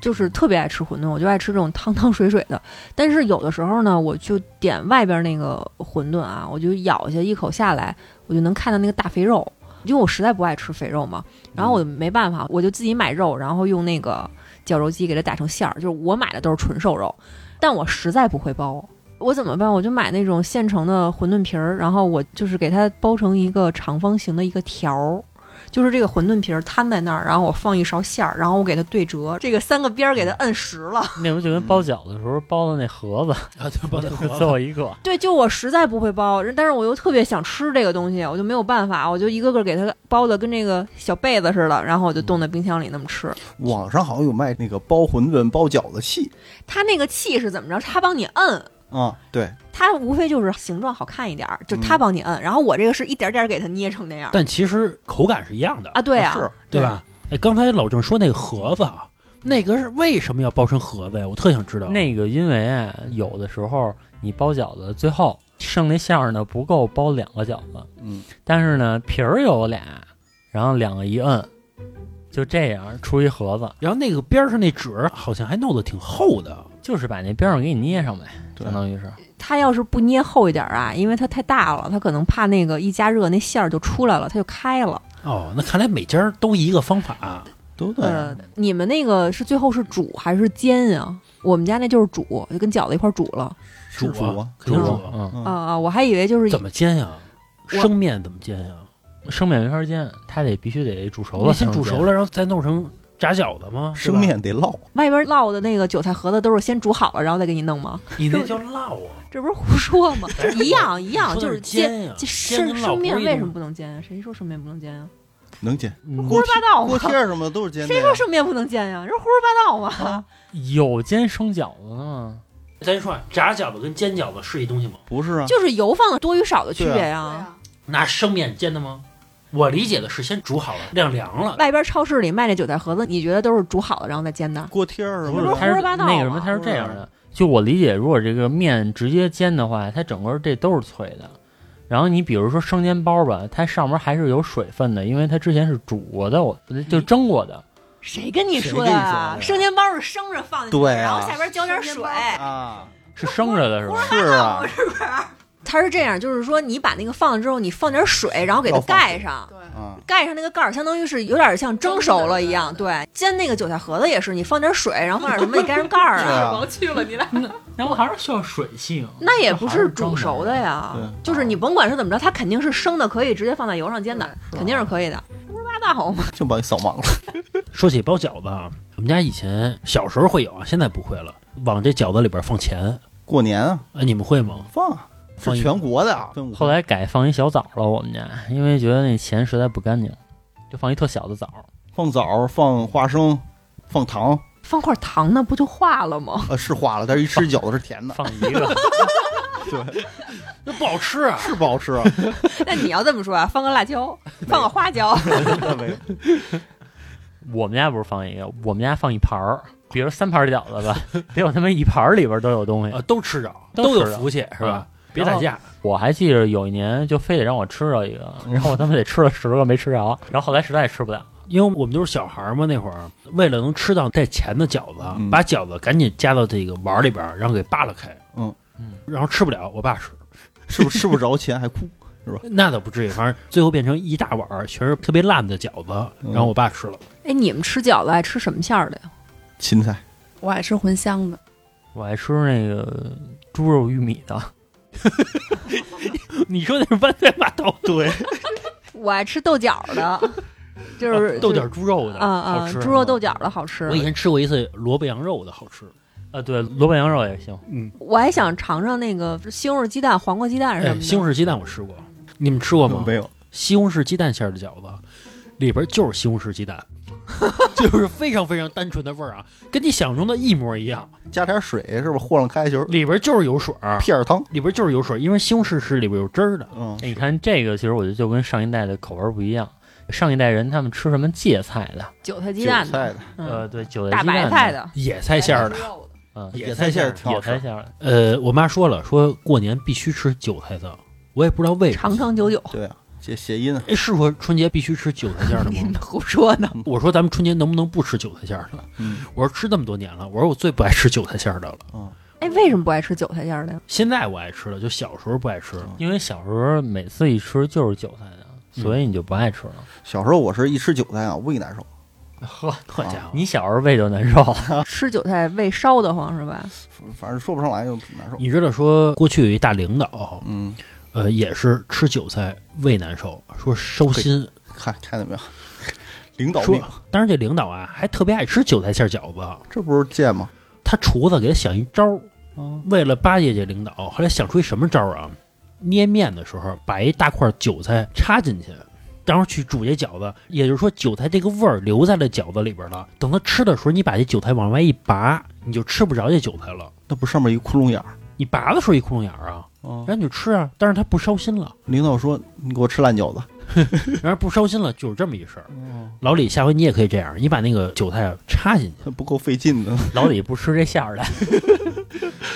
就是特别爱吃馄饨，我就爱吃这种汤汤水水的。但是有的时候呢，我就点外边那个馄饨啊，我就咬下一口下来，我就能看到那个大肥肉，因为我实在不爱吃肥肉嘛。然后我就没办法，我就自己买肉，然后用那个绞肉机给它打成馅儿，就是我买的都是纯瘦肉，但我实在不会包。我怎么办？我就买那种现成的馄饨皮儿，然后我就是给它包成一个长方形的一个条儿，就是这个馄饨皮儿摊在那儿，然后我放一勺馅儿，然后我给它对折，这个三个边儿给它摁实了。
那不就跟包饺子的时候包的那盒 子，
啊， 对，包
最后一个。
对，就我实在不会包，但是我又特别想吃这个东西，我就没有办法，我就一个个给它包的跟这个小被子似的，然后我就冻在冰箱里那么吃。
网上好像有卖那个包馄饨、包饺子器
它那个气是怎么着？它帮你摁。
啊，对，
它无非就是形状好看一点儿，就它帮你摁，然后我这个是一点点儿给它捏成那样儿
但其实口感是一样的，
啊，对啊，
是
对吧？哎，刚才老郑说那个盒子，啊，那个是为什么要包成盒子呀？我特想知道。
那个因为啊，有的时候你包饺子，最后剩那馅儿呢不够包两个饺子，
嗯，
但是呢皮儿有俩，然后两个一摁，就这样出一盒子，
然后那个边儿上那褶儿好像还弄得挺厚的，
就是把那边上给你捏上呗，
对
相当于是。
它要是不捏厚一点儿啊，因为它太大了，它可能怕那个一加热那馅儿就出来了，它就开了。
哦，那看来每家儿都一个方法，
都对。啊
呃，你们那个是最后是煮还是煎呀？我们家那就是煮，就跟饺子一块儿煮了。
煮
是煮
啊
啊，
肯定
煮
煮
啊
啊。
嗯，
啊、啊！我还以为就是
怎么煎呀？
我
生面怎么煎呀？
生面没法煎，它得必须得煮熟
那
了。
先煮熟
了，
了，然后再弄成炸饺子吗？是吧
生，面得烙，
外边烙的那个韭菜盒子都是先煮好了，然后再给你弄吗？
你那叫烙啊，
这不是胡说 吗？一样一样，
说的
就是
煎呀
这
煎
生
跟烙
生面
不是一
为
种
什么不能煎啊？谁说生面不能煎啊？
能煎。
嗯
胡说八道
锅
嘛！
贴儿什么的都是煎的
谁
呀。
说生面不能煎呀、这胡说八
啊
道嘛！
有煎生饺子的吗？
咱说啊炸饺子跟煎饺子是一东西吗？
不是啊？
就是油放的多与少的区别
啊
呀、
对
啊
啊呀
拿生面煎的吗？我理解的是先煮好了，晾凉了，
外边超市里卖那韭菜盒子，你觉得都是煮好的然后再煎的？
锅贴儿什么
不是
它
的，
是
胡说八道啊
那个什
嘛
么，它是这样
不
的。就我理解，如果这个面直接煎的话，它整个这都是脆的。然后你比如说生煎包吧，它上面还是有水分的，因为它之前是煮过的，我就蒸过的。
谁跟你
谁
说
跟你
啊
说？的
生煎包是生着放进去，
对啊
然后下边浇点水。
啊，
是生着的是吧？
是啊，
它是这样，就是说你把那个放了之后，你放点水，然后给它
要放
盖上。
对，
啊，
盖上那个盖儿，相当于是有点像蒸熟了一样。
蒸
对，煎那个韭菜盒子也是，你放点水，然后放点什么，你盖上盖儿
是啊
啊。
甭去了，你来。
那我还是需要水性。
那也不是煮熟的呀
对，
就是你甭管是怎么着，它肯定是生的，可以直接放在油上煎的，
对
肯定是可以的。胡说八道嘛！
就把你扫盲了。
说起包饺子啊，我们家以前小时候会有啊，现在不会了。往这饺子里边放钱，
过年啊，
哎，你们会吗？
放啊，
放
是
一
全国的啊，分五
后来改放一小枣了，我们家因为觉得那钱实在不干净，就放一特小的枣。
放枣、放花生、放糖，
放块糖那不就化了吗？
呃，是化了，但是一吃饺子是甜的，
放一个，
对，
那不好吃啊！
是不好 吃啊。
那你要这么说啊，放个辣椒，放个花椒，
我们家不是放一个，我们家放一盘儿，比如三盘饺子吧，得有他妈一盘儿里边都有东西
呃，。都吃着，
都
都有
吃着
福气是吧？别打
然后
架，
我还记着有一年就非得让我吃着一个，然后我他妈得吃了十个没吃着，然后后来实在也吃不了，
因为我们都是小孩儿嘛，那会儿为了能吃到带钱的饺子，
嗯
把饺子赶紧夹到这个碗儿里边儿，然后给扒拉开，
嗯
嗯
然后吃不了，我爸吃，
是不是吃不着钱还哭？
那倒不至于，反正最后变成一大碗儿全是特别烂的饺子，
嗯
然后我爸吃了。
哎，你们吃饺子爱吃什么馅儿的呀？
芹菜
我爱吃茴香的，
我还吃那个猪肉玉米 的。
你说那是湾仔码头
对，
我爱吃豆角的， 就是
豆角猪肉的
啊
好
啊，
吃，
猪肉豆角的好吃
我。以前吃过一次萝卜羊肉的好吃，
啊，对，萝卜羊肉也行。
我还想尝尝那个西红柿鸡蛋、黄瓜鸡哎蛋什么
哎，
的。
西红柿鸡蛋我吃过，你们吃过吗？
没有，
西红柿鸡蛋馅儿的饺子，里边就是西红柿鸡 蛋，就是非常非常单纯的味儿啊，跟你想象中的一模一样。
加点水是不是和了开球？
里边就是有水儿，
片儿汤，
里边就是有水儿，因为西红柿是里边有汁儿的。
嗯，
哎你看这个，其实我觉得就跟上一代的口味儿不一样。上一代人他们吃什么芥菜的，
韭菜鸡
韭
蛋的，
菜的
嗯
呃，对，韭菜
大
鸡
白
蛋
菜，的，
野菜馅儿的，
的，
嗯，
野
哎菜馅儿
儿
挺好吃
野菜。馅儿的。
呃，我妈说了，说过年必须吃韭菜的，我也不知道为什么。
长长久久。
对啊，这谐音啊，
哎，是说春节必须吃韭菜馅儿的
你
吗？
们胡说呢！
我说咱们春节能不能不吃韭菜馅儿的？
嗯，
我说吃这么多年了，我说我最不爱吃韭菜馅儿的了，
哎，为什么不爱吃韭菜馅 儿的呀？
现在我爱吃了，就小时候不爱吃了。
因为小时候每次一吃就是韭菜的，所以你就不爱吃了。
小时候我是一吃韭菜啊，胃难受，
呵，
好家
嗯
伙，
你小时候胃就难受了，
吃韭菜胃烧得慌是吧？
反正说不上来就难受。
你知道说过去有一大领导，
嗯，
呃，也是吃韭菜胃难受，说烧心。
看看 见没有，领导
说
命，，
当然这领导啊还特别爱吃韭菜馅儿饺子，
这不是贱吗？
他厨子给他想一招儿，
嗯，
为了巴结这领导，后来想出一什么招儿啊？捏面的时候把一大块韭菜插进去，然后去煮这饺子，也就是说韭菜这个味儿留在了饺子里边了。等他吃的时候，你把这韭菜往外一拔，你就吃不着这韭菜了。
那不上面一窟窿眼儿。
你拔的时候一窟窿眼儿啊，
嗯
然后你就吃啊，但是它不烧心了。
领导说：“你给我吃烂饺子。
然而不烧心了就是这么一事儿。
嗯
老李，下回你也可以这样，你把那个韭菜插进去。”
不够费劲的，
老李不吃这 馅儿的。
完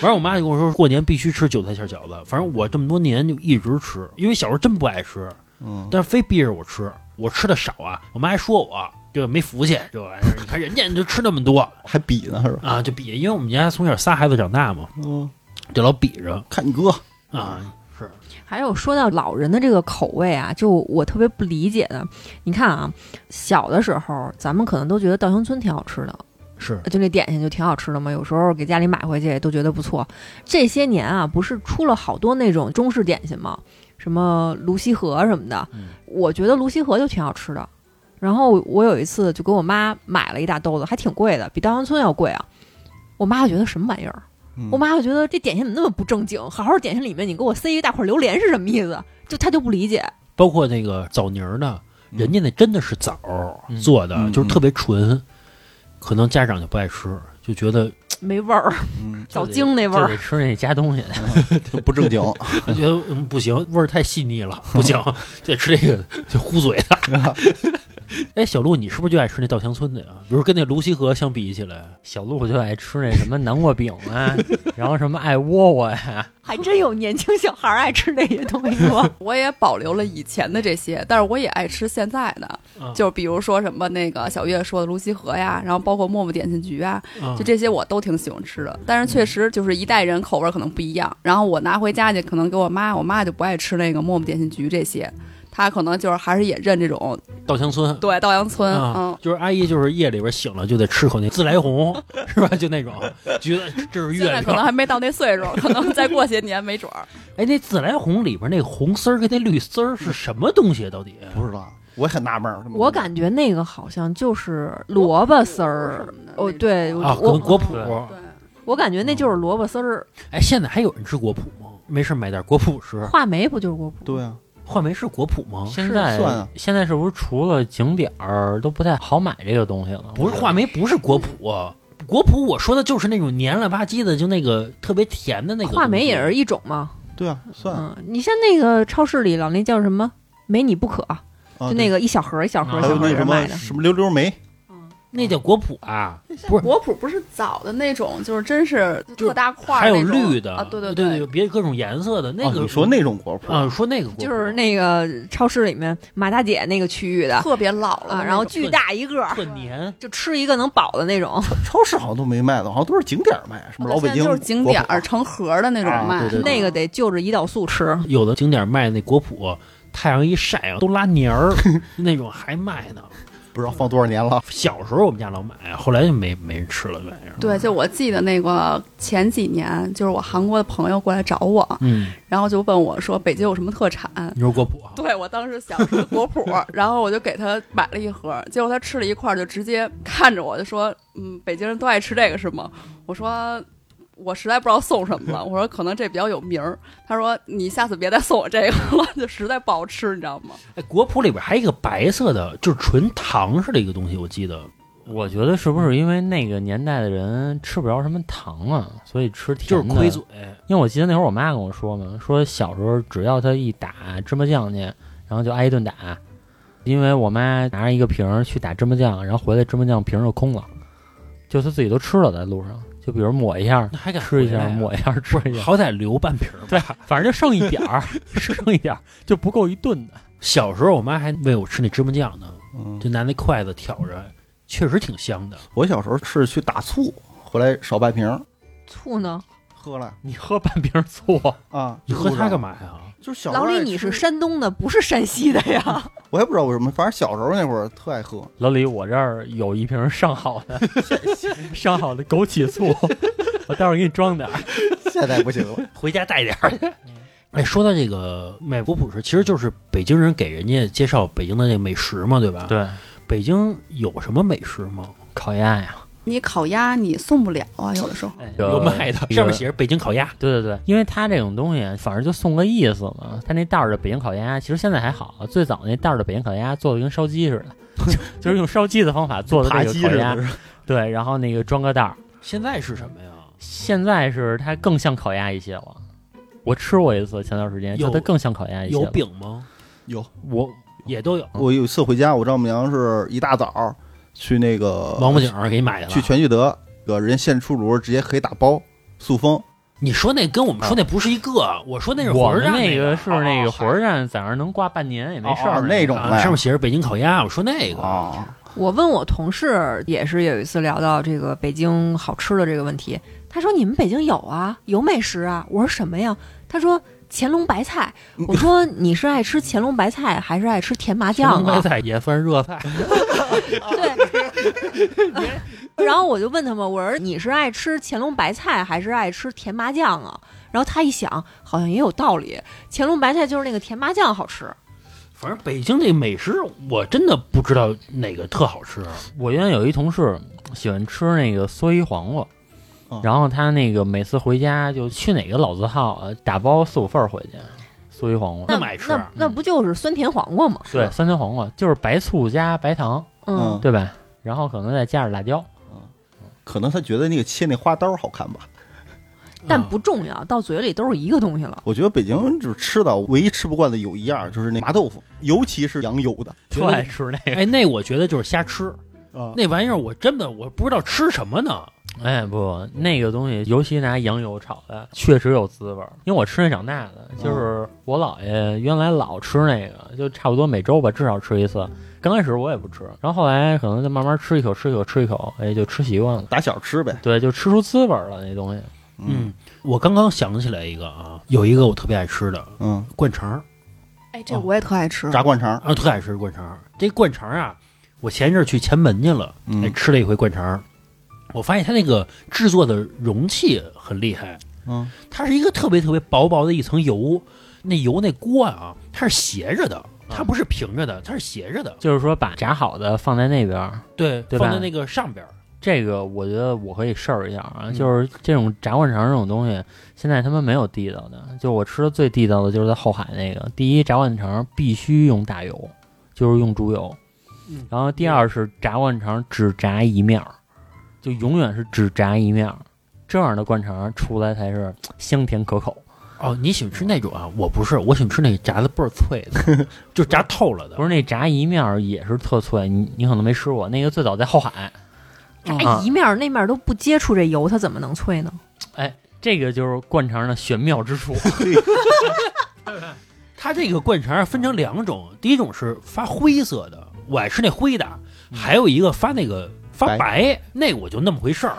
事儿我妈就跟我说，过年必须吃韭菜馅儿饺子。反正我这么多年就一直吃，因为小时候真不爱吃，
嗯，
但是非逼着我吃。我吃的少啊，我妈还说我这个没福气，这玩意儿。你看人家就吃那么多
还比呢是吧？
啊，就比，因为我们家从小仨孩子长大嘛，
嗯，
就老比着
看你哥，嗯
啊。是，
还有说到老人的这个口味啊，就我特别不理解的。你看啊，小的时候咱们可能都觉得稻香村挺好吃的，
是
就那点心就挺好吃的嘛，有时候给家里买回去也都觉得不错。这些年啊，不是出了好多那种中式
嗯
点心嘛，什么泸溪河什么的，我觉得泸溪河就挺好吃的。然后我有一次就给我妈买了一大兜子，还挺贵的，比稻香村要贵啊。我妈就觉得什么玩意儿？
嗯
我妈就觉得这点心怎么那么不正经？好好点心里面你给我塞一个大块榴莲是什么意思？就她就不理解。
包括那个枣泥儿呢，
嗯
人家那真的是枣儿
嗯
做的，
嗯
就是特别纯，可能家长就不爱吃，就觉 得
没味儿，
嗯，
枣精那味
就
儿
得。吃那加东西。
不正经，
他觉得嗯不行，味儿太细腻了，不行，就得吃这个就糊嘴的。 哎，小鹿，你是不是就爱吃那稻香村的呀？比如跟那泸溪河相比起来，
小鹿就爱吃那什么南瓜饼啊，然后什么爱窝窝呀、
还真有年轻小孩儿爱吃那些东西吗？
我也保留了以前的这些，但是我也爱吃现在的，
啊
就比如说什么那个小月说的泸溪河呀，然后包括沫沫点心局啊，
啊
嗯
就这些我都挺喜欢吃的。但是确实就是一代人口味可能不一样，然后我拿回家去，可能给我妈，我妈就不爱吃那个沫沫点心局这些，她可能就是还是也认这种
稻香村。
对稻香村，
嗯
嗯
啊，就是阿姨，就是夜里边醒了就得吃口那自来红，是吧？就那种，觉得这是
嗯，
月
现在可能
亮。
还没到那岁数，可能再过些年没准 儿。
哎，那自来红里边那红丝儿跟那绿丝儿是什么东西啊？到底？
不知道，我也很纳闷儿。
我感觉那个好像就是萝卜
嗯
丝儿，哦，对，我
啊，果
我
果脯。
对
对，
我感觉那
嗯
就是萝卜丝儿，
哎，现在还有人吃果脯吗？没事买点果脯吃。
话梅不就是果脯？
对啊，
话梅哦是果脯吗？
现
是
在
算啊
现在是不是除了景点儿都不太好买这个东西了？
不是话梅，不是果脯、啊。果脯我说的就是那种黏了吧唧的，就那个特别甜的那个东西。
话梅也是一种嘛，
对啊，算啊，
嗯，你像那个超市里老那叫什么“没你不可”，
啊
就那个一小盒儿一小盒儿一
还
小
有
盒
那
儿
什么嗯
卖的。
什么溜溜梅，
那叫果脯啊，不是
果脯不是枣的那种，就是真是特大块儿
还有
那种
绿的
啊，对
对
对，
别的各种颜色的那
哦
个。
你说那种果脯
啊，说那个果脯
就是那个超市里面马大姐那个区域的
特别老了的那
啊，
种，
然后巨大一个儿，
特黏。
就吃一个能饱的那种。
超市好像都没卖的，好像都是景点儿卖，什么老北京
哦现在就是景点儿
果
成盒儿的那种
啊
卖，
对对
那个得就着胰岛素吃，
有的景点卖那果脯，太阳一晒啊，都拉泥儿， 那种还卖呢。
脯不知道放多少年了，
小时候我们家老买，后来就没没人吃了这玩意儿。
对，就我记得那个前几年，就是我韩国的朋友过来找我，
嗯，
然后就问我说北京有什么特产。
你说果脯啊？
对，我当时想说果脯，然后我就给他买了一盒，结果他吃了一块儿，就直接看着我就说：“嗯，北京人都爱吃这个是吗？”我说：“我实在不知道送什么了。”我说：“可能这比较有名儿。”他说：“你下次别再送我这个了， 就实在不好吃，你知道吗
哎，果脯里边还有一个白色的，就是纯糖似的一个东西，我记得。
我觉得是不是因为那个年代的人吃不着什么糖啊，所以吃甜
就是
的
亏嘴。
因为我记得那会儿我妈跟我说嘛，说小时候只要她一打芝麻酱去，然后就挨一顿打。因为我妈拿着一个瓶儿去打芝麻酱，然后回来芝麻酱瓶儿就空了，就她自己都吃了，在路上就比如抹一下
那还敢
吃一
回
下，
来啊
抹一下吃一下，
好歹留半瓶儿吧。
对，反正就剩一点儿，是 剩一点儿就不够一顿的。
小时候我妈还喂我吃那芝麻酱呢，
嗯，
就拿那筷子挑着，确实挺香的。
我小时候是去打醋，回来少半瓶儿
醋呢？
喝了
你喝半瓶醋，
啊。
你喝它干
嘛？
嘛呀？
就是小时
老
候爱
李，
吃
你是山东的，不是山西的呀？
我也不知道为什么，反正小时候那会儿特爱喝。
老李，我这儿有一瓶上好的 上好的枸杞醋， 我待会儿给你装点儿。
现在不行了，
回家带点儿去。哎，说到这个卖果脯是，其实就是北京人给人家介绍北京的那美食嘛，对吧？。
对，
北京有什么美食吗？
烤鸭呀，？”
你烤鸭你送不了啊，有的时候。
有卖的，上面写着北京烤鸭。
对对对，因为它这种东西，反正就送个意思嘛。它那袋儿的北京烤鸭，其实现在还好，最早那袋儿的北京烤鸭做的跟烧鸡似的， 就就是用烧鸡的方法做的
扒
那个
鸡
烤
似
鸭
的。，是吧
对，然后那个装个袋儿。
现在是什么呀？
现在是它更像烤鸭一些了。我吃过一次，前段时间，
有
就它更像烤鸭一些了。
有饼吗？
有。
我也都有。
我有一次回家，我丈母娘是一大早去那个
王府井儿给你买的吧。
呃去全聚德，呃，人家现出炉，直接可以打包塑封。
你说那跟我们说那不是一个，我说那是
我
火车
们
站
那
个
是那个
哦
火车站，在那儿能挂半年也没事
哦
儿
哦那种
啊，上面写着北京烤鸭，我说那个
啊，
我问我同事也是有一次聊到这个北京好吃的这个问题，他说你们北京有啊，有美食啊。我说什么呀？他说乾隆白菜。我说你是爱吃乾隆白菜还是爱吃甜麻酱
酱白
啊？
菜也算热菜，
对。然后我就问他们，我说你是爱吃乾隆白菜还是爱吃甜麻酱啊？然后他一想，好像也有道理，乾隆白菜就是那个甜麻酱好吃。
反正北京这美食，我真的不知道哪个特好吃。
我原来有一同事喜欢吃那个蓑衣黄瓜
哦，
然后他那个每次回家就去哪个老字号呃打包四五份儿回去，蓑衣黄瓜。
那
那
么爱吃
那那不就是酸甜黄瓜吗？
对，酸甜黄瓜就是白醋加白糖，
嗯
嗯，
对吧？然后可能再加点辣椒。
可能他觉得那个切那花刀好看吧。
但不重要，到嘴里都是一个东西了。
我觉得北京就是吃的，唯一吃不惯的有一样就是那麻豆腐，尤其是羊油的
特爱吃那个。
哎，那我觉得就是瞎吃，
啊。
那玩意儿我真的我不知道吃什么呢。
哎，不，那个东西，尤其拿羊油炒的，确实有滋味儿。因为我吃那长大的，就是我姥爷原来老吃那个，就差不多每周吧，至少吃一次。刚开始我也不吃，然后后来可能就慢慢吃一口，吃一口，吃一口，哎，就吃习惯了。
打小吃呗，
对，就吃出滋味儿了那东西。
嗯，我刚刚想起来一个啊，有一个我特别爱吃的
嗯，
灌肠儿
哎，这我也特爱吃。
炸灌肠，
啊，特爱吃灌肠儿。这灌肠儿啊，我前一阵儿去前门去了，哎，
嗯
吃了一回灌肠儿，我发现它那个制作的容器很厉害，
嗯，
它是一个特别特别薄薄的一层油，那油那锅啊，它是斜着的，它不是平着的，它是斜着的，
就是说，把炸好的放在那边儿，
对，
对吧
放在那个上边儿。
这个我觉得我可以试一下啊。
嗯
就是这种炸灌肠这种东西，现在他们没有地道的。就我吃的最地道的就是在后海那个，第一炸灌肠必须用大油，就是用猪油。
嗯
然后第二是炸灌肠只炸一面儿，就永远是只炸一面儿，这样的灌肠出来才是香甜可口。
哦，你喜欢吃那种啊？我不是，我喜欢吃那个炸的倍儿脆的，就炸透了的。
不是那炸一面儿也是特脆，你你可能没吃过，那个最早在后海。
嗯
炸哎一面儿那面儿都不接触这油，它怎么能脆呢？
这个就是灌肠的玄妙之处。
它这个灌肠分成两种，第一种是发灰色的，我爱吃那灰的，还有一个发那个发白，
白
那个我就那么回事儿，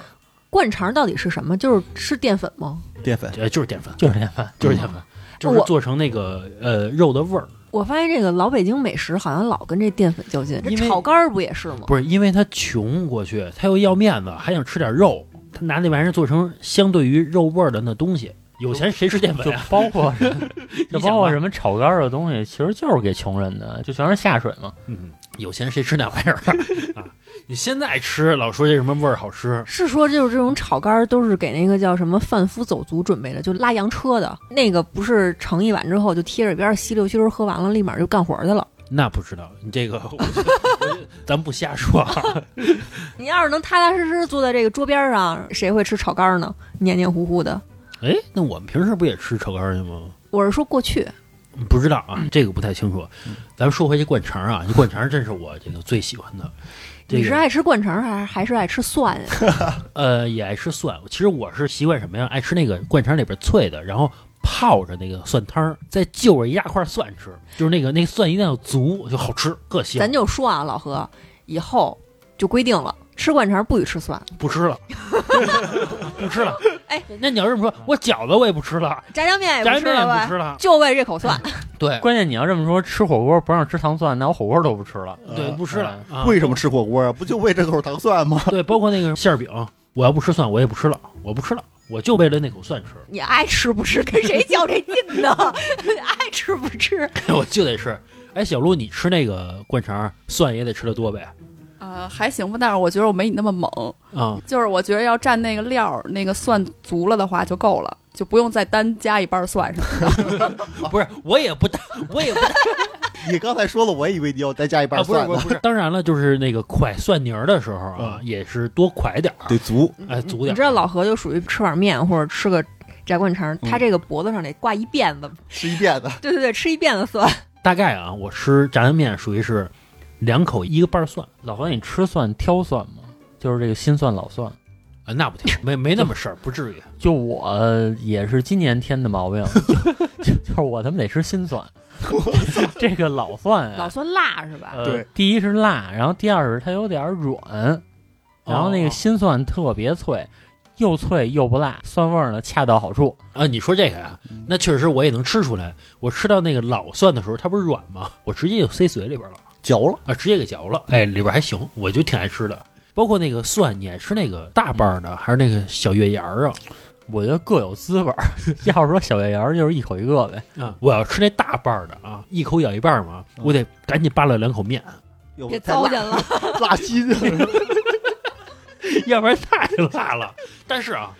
灌肠到底是什么？就是吃淀粉吗？
淀粉，
呃，就是淀粉，
就是 这样，
就是淀粉，就是做成那个呃肉的味儿。
我发现这个老北京美食好像老跟这淀粉较劲，这
因为
炒肝儿不也是吗？
不是因为他穷过去，他又要面子，还想吃点肉，他拿那玩意儿做成相对于肉味儿的那东西。有钱谁吃淀粉
就
啊？
包 括什么就
你想
包啊括
吧
什么炒肝儿的东西，其实就是给穷人的，就全是下水嘛。
嗯，有钱谁吃那玩意儿啊？ 你现在吃，老说这什么味儿好吃，
是说就是这种炒肝儿都是给那个叫什么贩夫走卒准备的，就拉洋车的那个，不是盛一碗之后就贴着边儿吸溜溜喝完了，立马就干活去了。
那不知道。你这个， 我觉得我觉得咱不瞎说啊。
你要是能踏踏实实坐在这个桌边儿上，谁会吃炒肝儿呢？黏黏糊糊的。
哎，那我们平时不也吃炒肝儿去吗？
我是说过去，
不知道啊，这个不太清楚。
嗯
咱们说回这灌肠啊，这灌肠真是我这个最喜欢的。这
你是
个
爱吃灌肠儿还是还是爱吃蒜呀？
呃也爱吃蒜，其实我是习惯什么呀？爱吃那个灌肠里边脆的，然后泡着那个蒜汤儿，再就着一大块蒜吃，就是那个那蒜一定要足，就好吃，特香。
咱就说啊，老何，以后就规定了，吃灌肠儿不许吃蒜，
不吃 了，不吃了。
哎，
那你要这么说，我饺子我也不吃了，
炸酱面也
炸酱
不吃
面也
了
不
呗，
吃了。
就为这口蒜。
对
关键你要这么说，吃火锅不让吃糖蒜，那我火锅都不吃了。嗯
对，不吃了。啊
为什么吃火锅啊？不就为这口糖蒜吗？
对，包括那个馅儿饼，我要不吃蒜，我也不吃了，我不吃了，我就为了那口蒜吃。
你爱吃不吃，跟谁较这劲呢？ 爱吃不吃，
我就得吃。哎，小鹿，你吃那个灌肠，蒜也得吃的多呗？
呃，还行吧，但是我觉得我没你那么猛。
啊、
就是我觉得要蘸那个料儿，那个蒜足了的话就够了，就不用再单加一瓣蒜什么的。
不是，我也不大，我也不大，
你刚才说了，我以为你要再加一
啊、
瓣
不是
蒜
不
呢
是，不是。当然了，就是那个蒯蒜泥儿的时候啊，也是多蒯点儿，
得足。
哎，足
你
点
知
儿。
道老何就属于吃碗面或者吃个炸灌肠，他这个脖子上得挂一辫子，
吃一遍的，
对对对，吃一辫子蒜。
大概啊，我吃炸酱面属于是两口一个瓣儿蒜
老何，你吃蒜挑蒜吗？就是这个新蒜老蒜。
啊，那不挺没没那么事儿，不至于。
就我呃也是今年添的毛病，就就就是我他妈得吃新蒜，这个老蒜
老
啊，
蒜辣是
哎
吧？
呃
哦
对，
第一是辣，然后第二是它有点软，然后那个
哦
新蒜特别脆，又脆又不辣，蒜味儿呢恰到好处。
啊，你说这个呀、
嗯
那确实我也能吃出来。我吃到那个老蒜的时候，它不是软吗？我直接就塞嘴里边了。
嚼了，
啊，直接给嚼了。哎，里边还行，我就挺爱吃的。包括那个蒜，你爱吃那个大瓣儿的，还是那个小月牙儿啊？
我觉得各有滋味儿。 要是说小月圆，就是一口一个呗。
啊，我要吃那大瓣儿的啊，一口咬一半儿嘛，
嗯
我得赶紧扒拉两口 面，
又
别
太
糟
辣
践了，
辣心，
要不然太辣了。但是啊，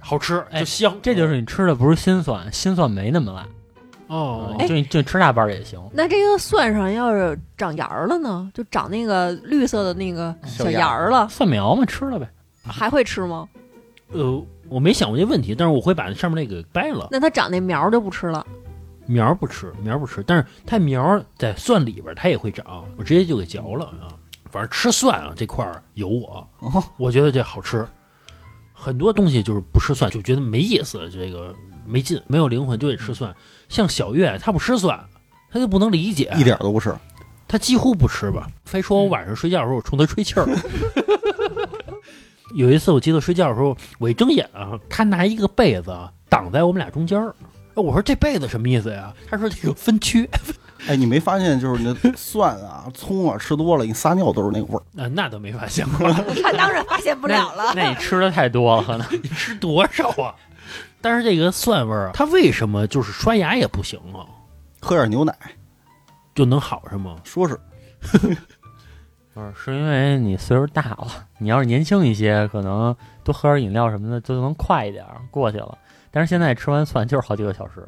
好吃
哎
就香，
这就是你吃的不是心酸，心酸没那么辣，
哦
嗯，就就吃大瓣儿也行。
那这个蒜上要是长芽儿了呢？就长那个绿色的那个
小
小
芽
芽
儿
儿了，
蒜苗嘛，吃了 呗。
还会吃吗？
呃，我没想过这问题，但是我会把上面那个掰了。
那它长那苗儿就不吃了。
苗儿不吃，苗儿不吃，但是它苗儿在蒜里边儿它也会长，我直接就给嚼了啊。反正吃蒜啊这块儿有我，
哦
我觉得这好吃。很多东西就是不吃蒜就觉得没意思，这个没劲，没有灵魂就得吃蒜。像小月她不吃蒜，她就不能理解，
一点都不是。
他几乎不吃吧，非说我晚上睡觉的时候我冲他吹气儿。有一次我记得睡觉的时候，我一睁眼啊，他拿一个被子啊挡在我们俩中间儿。哎我说这被子什么意思呀？他说这个分区。
哎，你没发现就是你的蒜啊、 葱啊吃多了，你撒尿都是那个味儿。
那、呃那倒没发现过，
他当然发现不了了。
那你吃的太多了，可能
你吃多少啊？但是这个蒜味儿啊，它为什么就是刷牙也不行啊？
喝点牛奶，
就能好是吗？
说是
不是是因为你岁数大了。你要是年轻一些，可能多喝点饮料什么的就能快一点儿过去了。但是现在吃完蒜就是好几个小时，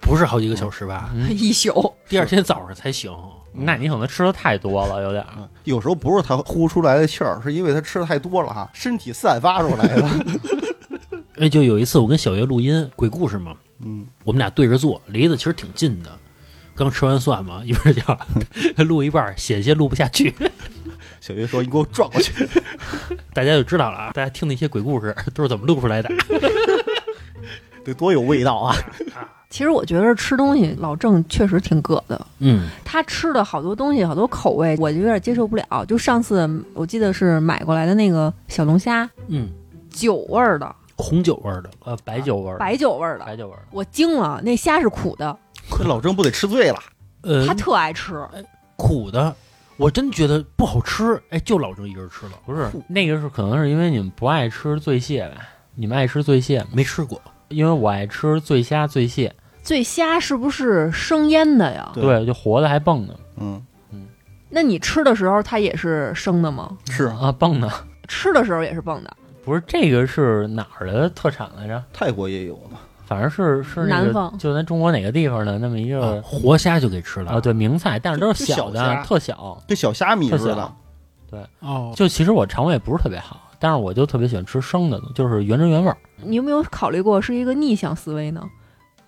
不是好几个小时吧？
一宿
第二天早上才醒。
那你可能吃的太多了，有点
嗯
儿。
有时候不是他呼出来的气儿，是因为他吃的太多了哈，身体散发出来的。
哎，就有一次我跟小月录音鬼故事嘛，
嗯，
我们俩对着坐，离得其实挺近的。刚吃完蒜嘛，一边叫 录一半儿，险些录不下去。
小月说：“你给我转过去。
大家就知道了啊，大家听那些鬼故事都是怎么录出 来的。”
得多有味道 啊！
其实我觉得吃东西老郑确实挺葛的，
嗯，
他吃的好多东西好多口味，我就有点接受不了。就上次我记得是买过来的那个小龙虾，
嗯，
酒味儿的，
红酒味儿的，
呃，白酒味儿，
白酒味儿的，
白酒味儿。
我惊了，那虾是苦的，
这老郑不得吃醉了？
呃
他，特爱吃。
苦的，我真觉得不好吃。哎，就老郑一人吃了，
不是那个是可能是因为你们不爱吃醉蟹吧？你们爱吃醉蟹吗？
没吃过。
因为我爱吃醉虾、醉蟹，
醉虾是不是生腌的呀？
对
对，就活的还蹦呢
嗯，
那你吃的时候它也是生的吗？
嗯是
啊，蹦呢。
吃的时候也是蹦的，
不是这个是哪儿的特产来
嗯
着？
泰国也有嘛？
反正是是那
南
个
方
就咱中国哪个地方的那么一
啊
个
活虾就给吃了
啊，对名菜，但是都是
就
小
小
的啊
虾，哦
特小。
跟小虾米似
特
的
小。
哦，
就其实我肠胃不是特别好，但是我就特别喜欢吃生的，就是原汁原味儿。
你有没有考虑过是一个逆向思维呢？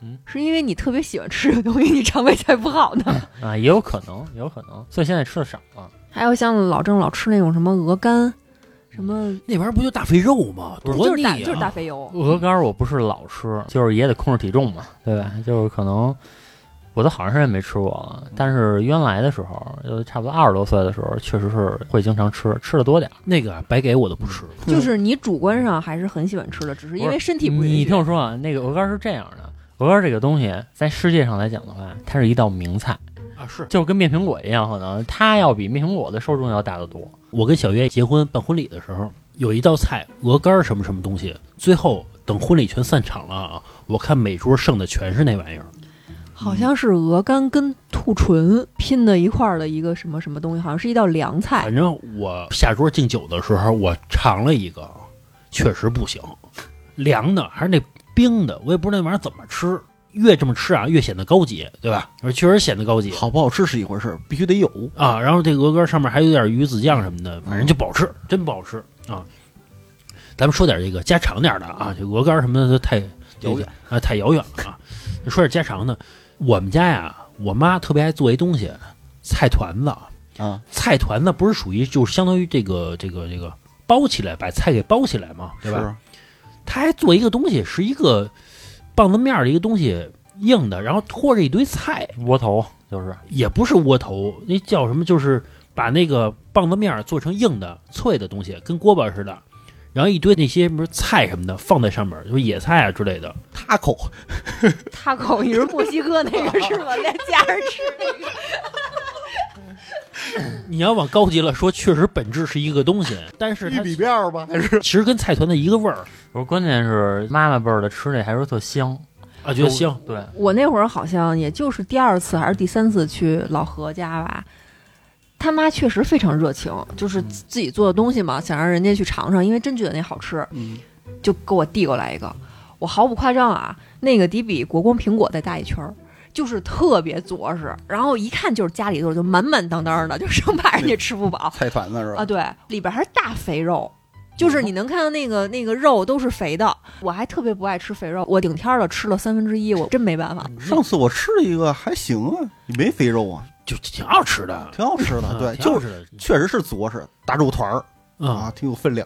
嗯，
是因为你特别喜欢吃的东西，你肠胃才不好呢。
啊，也有可能，也有可能，所以现在吃的少了。
还有像老郑老吃那种什么鹅肝，什么
那玩意儿不就大肥肉吗？多
就
腻
是大就是大
啊！
肥油。
鹅肝儿我不是老吃，就是也得控制体重嘛，对吧？就是可能我都好长时间没吃过了，但是原来的时候，就差不多二十多岁的时候，确实是会经常吃，吃的多点儿。
那个白给我都不吃，
就是你主观上还是很喜欢吃的，只是因为身体不
你
允许
听。我说啊，那个鹅肝是这样的，鹅肝这个东西在世界上来讲的话，它是一道名菜，
啊！是
就跟面苹果一样，可能它要比面苹果的受众要大得多。
我跟小月结婚办婚礼的时候，有一道菜鹅肝儿什么什么东西，最后等婚礼全散场了啊，我看每桌剩的全是那玩意儿。
好像是鹅肝跟兔唇拼到一块儿的一个什么什么东西，好像是一道凉菜
反。正我下桌敬酒的时候，我尝了一个，确实不行，凉的还是那冰的，我也不知道那玩意儿怎么吃。越这么吃啊，越显得高级，对吧？我说确实显得高级
好不好吃是一回事儿，必须得有。
啊。然后这鹅肝上面还有点鱼子酱什么的，反正就不好吃，真不好吃啊。咱们说点这个家常点的啊，这鹅肝什么的都太
遥远
啊，太遥远了啊。说点家常的，我们家呀，我妈特别爱做一东西，菜团子。
啊！
菜团呢，不是属于就是相当于这个这个这个包起来，把菜给包起来嘛，对
啊
吧？他还做一个东西，是一个棒子面儿的一个东西，硬的，然后拖着一堆菜，
窝头就是
也不是窝头，那叫什么？就是把那个棒子面儿做成硬的、脆的东西，跟锅巴似的，然后一堆那些什么菜什么的放在上面，就是野菜啊之类的。
是塔口，
塔口你是墨西哥那个是吧？连家人吃那个。
你要往高级了说，确实本质是一个东西，但是嗯
玉
它
米面儿吧，还是
其实跟菜团的一个味儿
我说关键是妈妈辈儿的吃那还说特香，
啊，觉得香。
对，
我那会儿好像也就是第二次还是第三次去老何家吧，他妈确实非常热情，就是
嗯
自己做的东西嘛，想让人家去尝尝，因为真觉得那好吃，
嗯，
就给我递过来一个。我毫不夸张啊，那个得比国光苹果再大一圈儿，就是特别着实，然后一看就是家里做的，就满满当当的，就生怕人家吃不饱。
菜团子是吧
啊，？对，里边还是大肥肉，就是你能看到那个那个肉都是肥的。我还特别不爱吃肥肉，我顶天儿了吃了三分之一，我真没办法。
上次我吃了一个还行啊，也没肥肉啊，
就挺好吃的，啊
挺好吃的，对，
嗯挺好
就
吃
是
的
确实是着实大肉团儿
啊，
啊，挺有分量，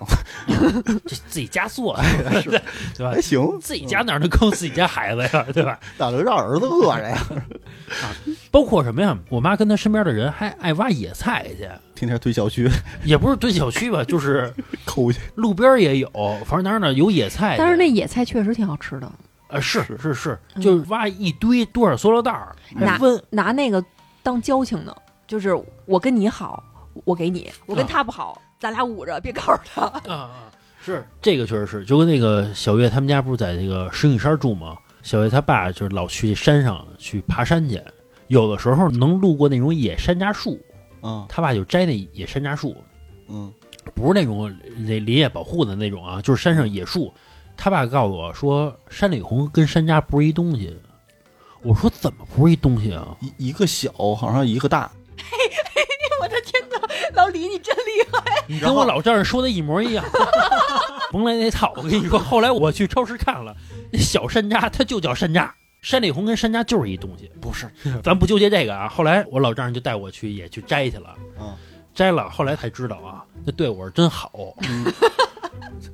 这自己家 做，
是
对吧
还？行，
自己家哪能坑自己家孩子 呀，对吧？
咋能让儿子饿着呀？
包括什么呀？我妈跟她身边的人还爱挖野菜去，
天天推小区
也不是蹲小区吧，就是
抠去，
路边儿也有，反正哪儿哪儿有野菜去。
但是那野菜确实挺好吃的，
呃是是是，
嗯
就是挖一堆多少塑料袋儿，还
拿
温
拿那个当交情呢，就是我跟你好，我给你；我跟
啊
他不好，咱俩捂着，别告诉 他。
啊啊！是这个确实是，就跟那个小月他们家不是在那个石景山住吗？小月他爸就是老去山上去爬山去，有的时候能路过那种野山楂树，
嗯
他爸就摘那野山楂树，
嗯，
不是那种那林业保护的那种啊，就是山上野树。他爸告诉我说，山里红跟山楂不是一东西。我说怎么不是一东西啊？
一一个小好像一个大，
我的天哪，老李你真厉害！
你
然
跟
后
我老丈人说的一模 一样，甭来那套。我跟你说，后来我去超市看了，那小山楂它就叫山楂，山里红跟山楂就是一东西，不是？咱不纠结这个啊。后来我老丈人就带我去也去摘去了，
嗯
摘了，后来才知道啊，那对我是真好。
嗯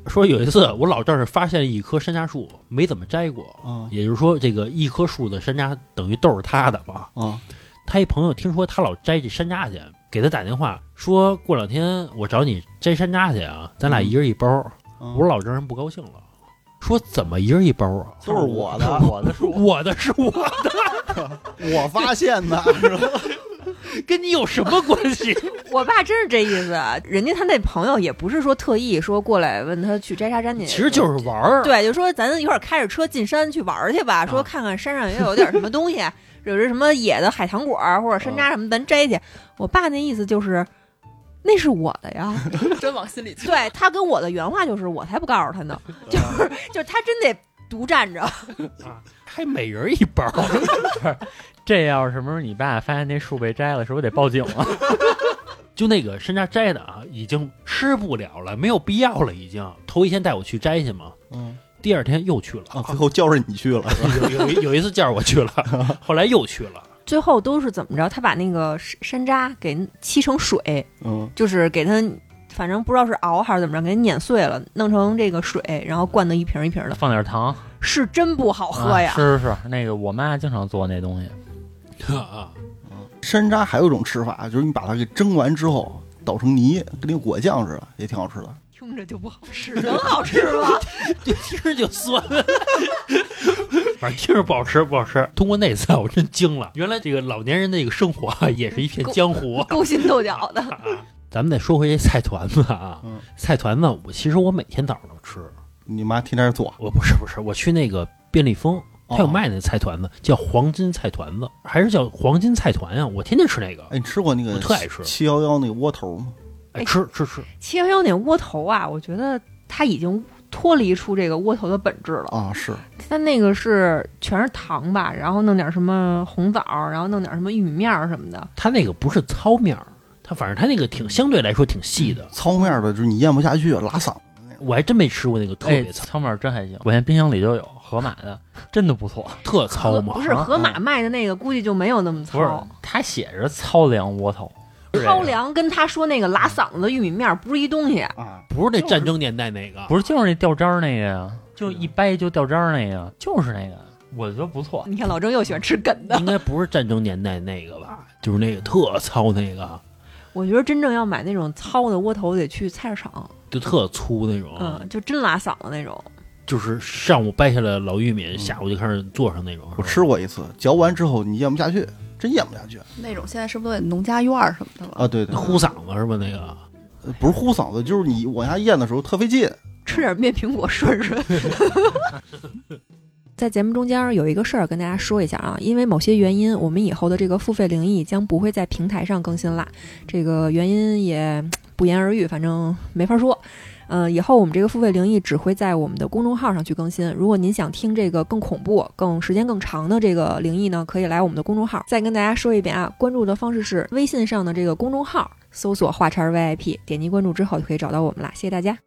说有一次我老丈人发现一棵山楂树，没怎么摘过，
嗯
也就是说，这个一棵树的山楂等于都是他的嘛。
嗯
他一朋友听说他老摘这山楂去，给他打电话说过两天我找你摘山楂去啊，咱俩一人一包。
嗯，
我说老丈人不高兴了，说怎么一人一包啊？
都是我 的，
我的树，
我的是我，
我发现的，是吧
跟你有什么关系？
我爸真是这意思，啊，人家他那朋友也不是说特意说过来问他去摘沙毡 去，
其实就是玩儿。
对，就说咱一会儿开着车进山去玩儿去吧，
啊
说看看山上也有点什么东西， 有这什么野的海棠果儿或者山
啊
楂什么，咱摘去。我爸那意思就是。那是我的 呀，
真往心里去。
对他跟我的原话就是，我才不告 诉他呢，就是就是他真得独占着，
还每人一 包，
这要是什么时候你爸发现那树被摘了，是不是得报警啊？
就那个山楂摘的啊，已经吃不了了，没有必要了，已经。头一天带我去摘去嘛，
嗯
第二天又去了，
啊，最后叫上你去了，是吧
有有一有一次叫着我去 了，后来又去了。
最后都是怎么着？他把那个山山楂给沏成水，
嗯
就是给它，反正不知道是熬还是怎么着，给它碾碎了，弄成这个水，然后灌的一瓶一瓶的，
放点糖，
是真不好哦喝呀。
啊是是是，那个我妈经常做那东西，
啊，
山楂还有一种吃法，就是你把它给蒸完之后捣成泥，跟那个果酱似的，也挺好吃的。
听着就不好吃， 能好吃吗？
就听着就酸，反正听着不好吃，不好吃。通过那次啊，我真惊了，原来这个老年人的这个生活啊，也是一片江 湖。啊
勾心斗角的。
咱们再说回这菜团子啊，
嗯
菜团子，我其实我每天早上都吃。
你妈天天做，啊
我不是不是，我去那个便利蜂，他有
哦
卖那菜团子，叫黄金菜团子，还是叫黄金菜团呀、我天天吃那个，
哎，你吃过那个
我特爱吃
七幺幺那个窝头吗？
哎，吃吃吃，
七幺幺那窝头啊，我觉得它已经脱离出这个窝头的本质了。
啊，是
它那个是全是糖吧，然后弄点什么红枣，然后弄点什么玉米面儿什么的。
它那个不是糙面儿，它反正它那个挺相对来说挺细的，
糙面的，就是你咽不下去，拉嗓子那种。
我还真没吃过那个特
哎，
别糙，
糙面儿真还行，我现在冰箱里就有盒马的，真的不错。
特糙嘛
不，是
啊
河马卖的那个，估计就没有那么
不是
糙。，
它写着糙粮窝头，啊是这个
糙粮跟他说那个拉嗓子的玉米面儿不是一东西。
啊，
不是那战争年代那个，
不是就是那掉渣儿那个呀，就是一掰就掉渣儿那个，就是那个，我觉得不错。
你看老郑又喜欢吃梗的。
应该不是战争年代那个吧？就是那个特糙那个，
我觉得真正要买那种糙的窝头，得去菜市场，
就特粗那种，
嗯，就真拉嗓子那种。
就是上午掰下来老玉米，下午就开始做上那种。
我吃过一次，嚼完之后你咽不下去，真咽不下去
那种现在是不是都得农家院儿什么的
哦
了？
啊！对对，
呼嗓子是吧？那个
呃不是呼嗓子，就是你往下咽的时候特费劲。
吃点面苹果顺顺。 在节目中间有一个事儿跟大家说一下啊，因为某些原因，我们以后的这个付费灵异将不会在平台上更新啦。这个原因也不言而喻，反正没法说。呃，以后我们这个付费灵异只会在我们的公众号上去更新。如果您想听这个更恐怖、更时间更长的这个灵异呢，可以来我们的公众号。再跟大家说一遍啊，关注的方式是微信上的这个公众号，搜索“话茬儿 VIP”，点击关注之后就可以找到我们啦。谢谢大家。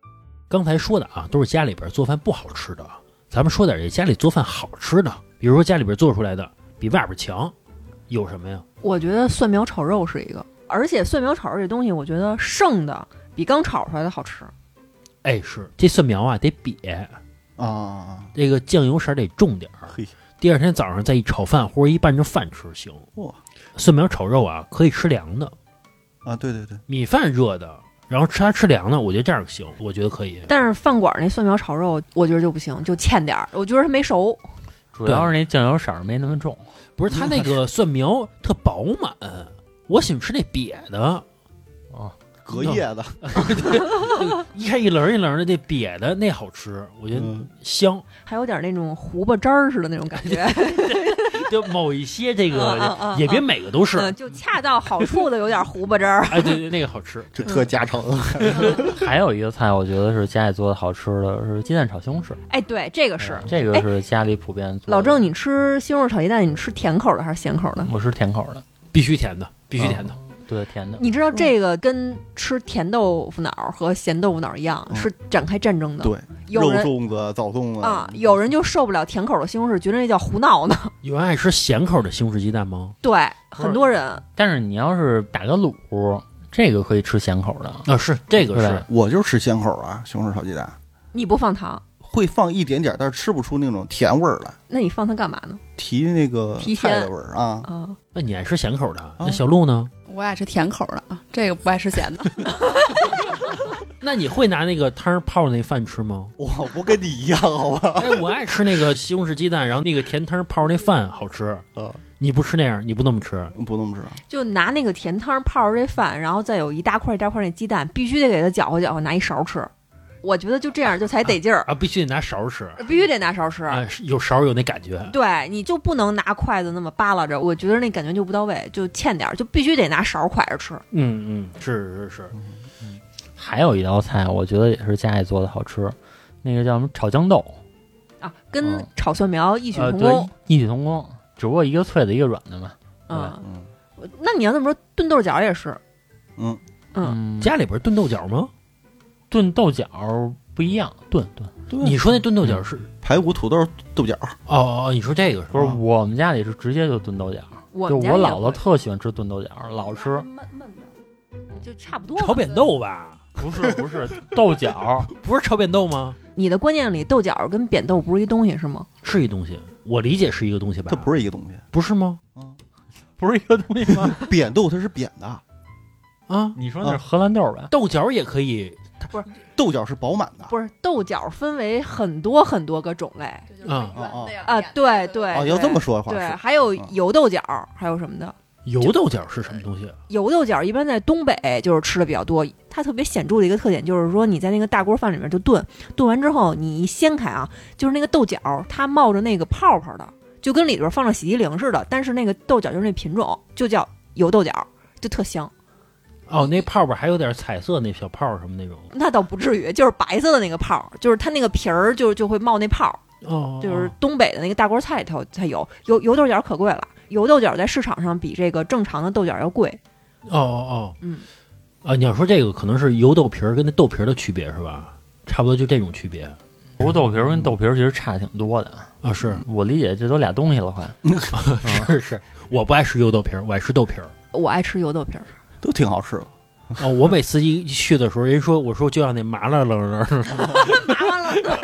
刚才说的啊，都是家里边做饭不好吃的啊，咱们说点这家里做饭好吃的，比如说家里边做出来的比外边强，有什么呀？
我觉得蒜苗炒肉是一个，而且蒜苗炒肉这东西，我觉得剩的比刚炒出来的好吃。
哎，是这蒜苗啊得瘪，
啊，
这个酱油色儿得重点儿
嘿。
第二天早上再一炒饭或者一拌着饭吃行。
哇，
蒜苗炒肉啊可以吃凉的，
啊，对对对，
米饭热的，然后吃它吃凉的，我觉得这样行，我觉得可以。
但是饭馆那蒜苗炒肉，我觉得就不行，就欠点儿。我觉得它没熟。
主要是那酱油色儿没那 么重，
不是它那个蒜苗特饱满，我喜欢吃那瘪的，
隔夜的，
一开一棱儿一棱儿的那瘪的那好吃，我觉得
嗯
香。
还有点那种胡巴渣儿似的那种感 觉，
就某一些这
嗯嗯
个
嗯
也别每个都是，
嗯，就恰到好处的有点胡巴渣儿。
哎，对对，那个好 吃。
这特家常。
还有一个菜，我觉得是家里做的好吃的是鸡蛋炒西红柿，
哎，对，这个是
嗯这个
哎
是家里普遍做的。
老郑，你吃西红柿炒鸡蛋，你吃甜口的还是咸口的？
我是甜口的，
必须甜的，必须甜的。
对甜的。
你知道这个跟吃甜豆腐脑儿和咸豆腐脑儿一样，
嗯
是展开战争的。
对，
有
肉
人
粽子、枣粽子
啊，有人就受不了甜口的西红柿，觉得那叫胡闹呢。
有人爱吃咸口的西红柿鸡蛋吗？
对，很多人
但是你要是打个卤，这个可以吃咸口的。
啊，是这个
对
是
吧
我就吃咸口啊，西红柿炒鸡蛋
你不放糖，
会放一点点，但是吃不出那种甜味儿来，
那你放它干嘛呢？
提那个
提鲜
菜的味儿啊。
啊，
那你爱吃咸口的，那小鹿呢？
我爱吃甜口的啊，这个不爱吃咸 的。
那你会拿那个汤泡那饭吃吗？
我不跟你一样，好吧？
哎，我爱吃那个西红柿鸡蛋，然后那个甜汤泡那饭好吃。
啊，
你不吃那样，你不那么吃。 啊
不那么吃。啊
就拿那个甜汤泡着这饭，然后再有一大块一大块那鸡蛋，必须得给它搅和搅和，拿一勺吃。我觉得就这样就才得劲儿，
啊，必须得拿勺吃
必须得拿勺吃。
啊，有勺有那感觉。
对，你就不能拿筷子那么扒拉着，我觉得那感觉就不到位，就欠点儿，就必须得拿勺蒯着吃。
嗯嗯，是是是，
还有一道菜，我觉得也是家里做的好吃，那个叫什么炒豇豆，
啊，跟
嗯
炒蒜苗异曲
呃，
同
对
工。，
异曲同工，只不过一个脆的，一个软的嘛。
嗯，
嗯，
那你要这么说，炖豆角也是。
嗯
嗯，
嗯，
家里边炖豆角吗？
炖豆角不一样，炖炖
对
你说那炖豆角是？
排骨、土豆、豆角，
哦哦哦，你说这个是
不是
吧？
我们家里是直接就炖豆角，
我
就
们
我
家也
姥姥
会
特喜欢吃炖豆角，老吃。
就差不多
炒
嘛。
扁豆吧？
不是不是豆 角，
不是炒扁豆吗？
你的观念里，豆角跟扁豆不是一东西是吗？
是一东西，我理解是一个东西吧？
它不是一个东西。
不是吗？
不是一个东西吗？
扁豆它是扁的，
啊，
你说那是荷兰豆吧？
豆角也可以
豆角是饱满的。
不是，豆角分为很多很多个种类
啊
啊，对对
啊，要这么说的话
对，
是
还有
嗯
油豆角，还有什么的。
油豆角是什么东西？啊
油豆角一般在东北就是吃的比较多，它特别显著的一个特点就是说，你在那个大锅饭里面就炖，炖完之后你一掀开啊，就是那个豆角它冒着那个泡泡的，就跟里边放了洗涤灵似的，但是那个豆角就是那品种，就叫油豆角，就特香。
哦，那泡泡还有点彩色，那小泡什么那种。
那倒不至于，就是白色的那个泡，就是它那个皮儿就就会冒那泡，
哦，
就是东北的那个大锅菜里头才有。油油豆角可贵了，油豆角在市场上比这个正常的豆角要贵。
哦哦哦，
嗯，
啊，你要说这个可能是油豆皮儿跟那豆皮儿的区别是吧？差不多就这种区别
不是豆皮儿跟豆皮儿其实差挺多的，
啊，是啊
我理解这都俩东西了快。
是是，我不爱吃油豆皮儿，我爱吃豆皮儿。
我爱吃油豆皮儿，
都挺好吃的。
哦，我每次一去的时候，人说我说就要那麻辣愣愣儿，
麻烦了。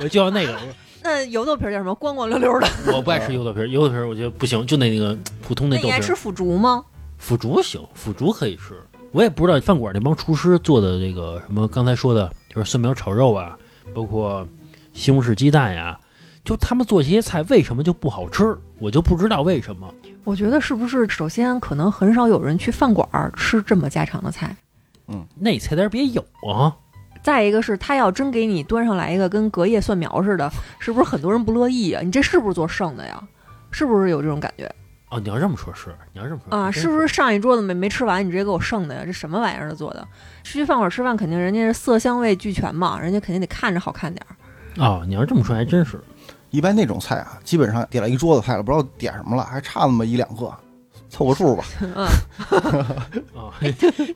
我就要那个，
那油豆皮儿叫什么？光光溜溜的。
我不爱吃油豆皮儿，油豆皮儿我觉得不行，就那那个普通
那
豆
你
皮
爱
儿
吃。腐竹吗？
腐竹行，腐竹可以吃。我也不知道饭馆那帮厨师做的这个什么，刚才说的就是蒜苗炒肉啊，包括西红柿鸡蛋呀、就他们做这些菜为什么就不好吃，我就不知道为什么。
我觉得是不是首先可能很少有人去饭馆儿吃这么家常的菜，
那菜单别有啊，
再一个是他要真给你端上来一个跟隔夜蒜苗似的，是不是很多人不乐意啊？你这是不是做剩的呀？是不是有这种感觉
哦，你要这么说，是你要这么说
啊？
真
是不是上一桌子没没吃完，你直接给我剩的呀？这什么玩意儿做的？去饭馆吃饭，肯定人家是色香味俱全嘛，人家肯定得看着好看点儿。
啊、你要这么说还真是。
一般那种菜啊，基本上点了一桌子菜了，不知道点什么了，还差那么一两个，凑个数吧。
嗯，哦
啊，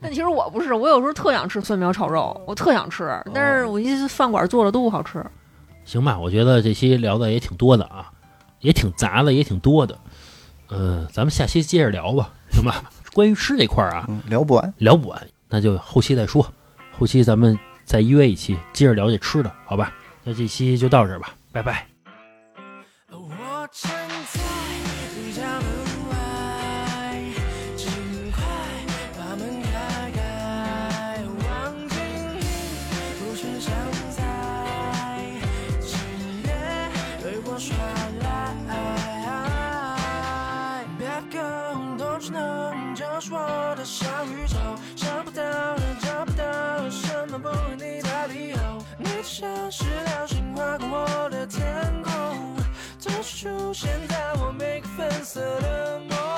但其实我不是，我有时候特想吃蒜苗炒肉，我特想吃，但是我一饭馆做的都不好吃。
行吧，我觉得这期聊的也挺多的啊，也挺杂的，也挺多的。呃，咱们下期接着聊吧，行吧？关于吃这块儿啊，
嗯，聊不完。
聊不完，那就后期再说。后期咱们再约一期，接着聊这吃的，好吧？那这期就到这儿吧，拜拜。
我站在你家门外，尽快把门开开，望尽你无限相载，今夜对我耍赖，别跟动只能就是我的小宇宙，想不到的找不到什么不为你的理由，你像是流星划过我的天空。总是出现在我每个粉色的梦。哎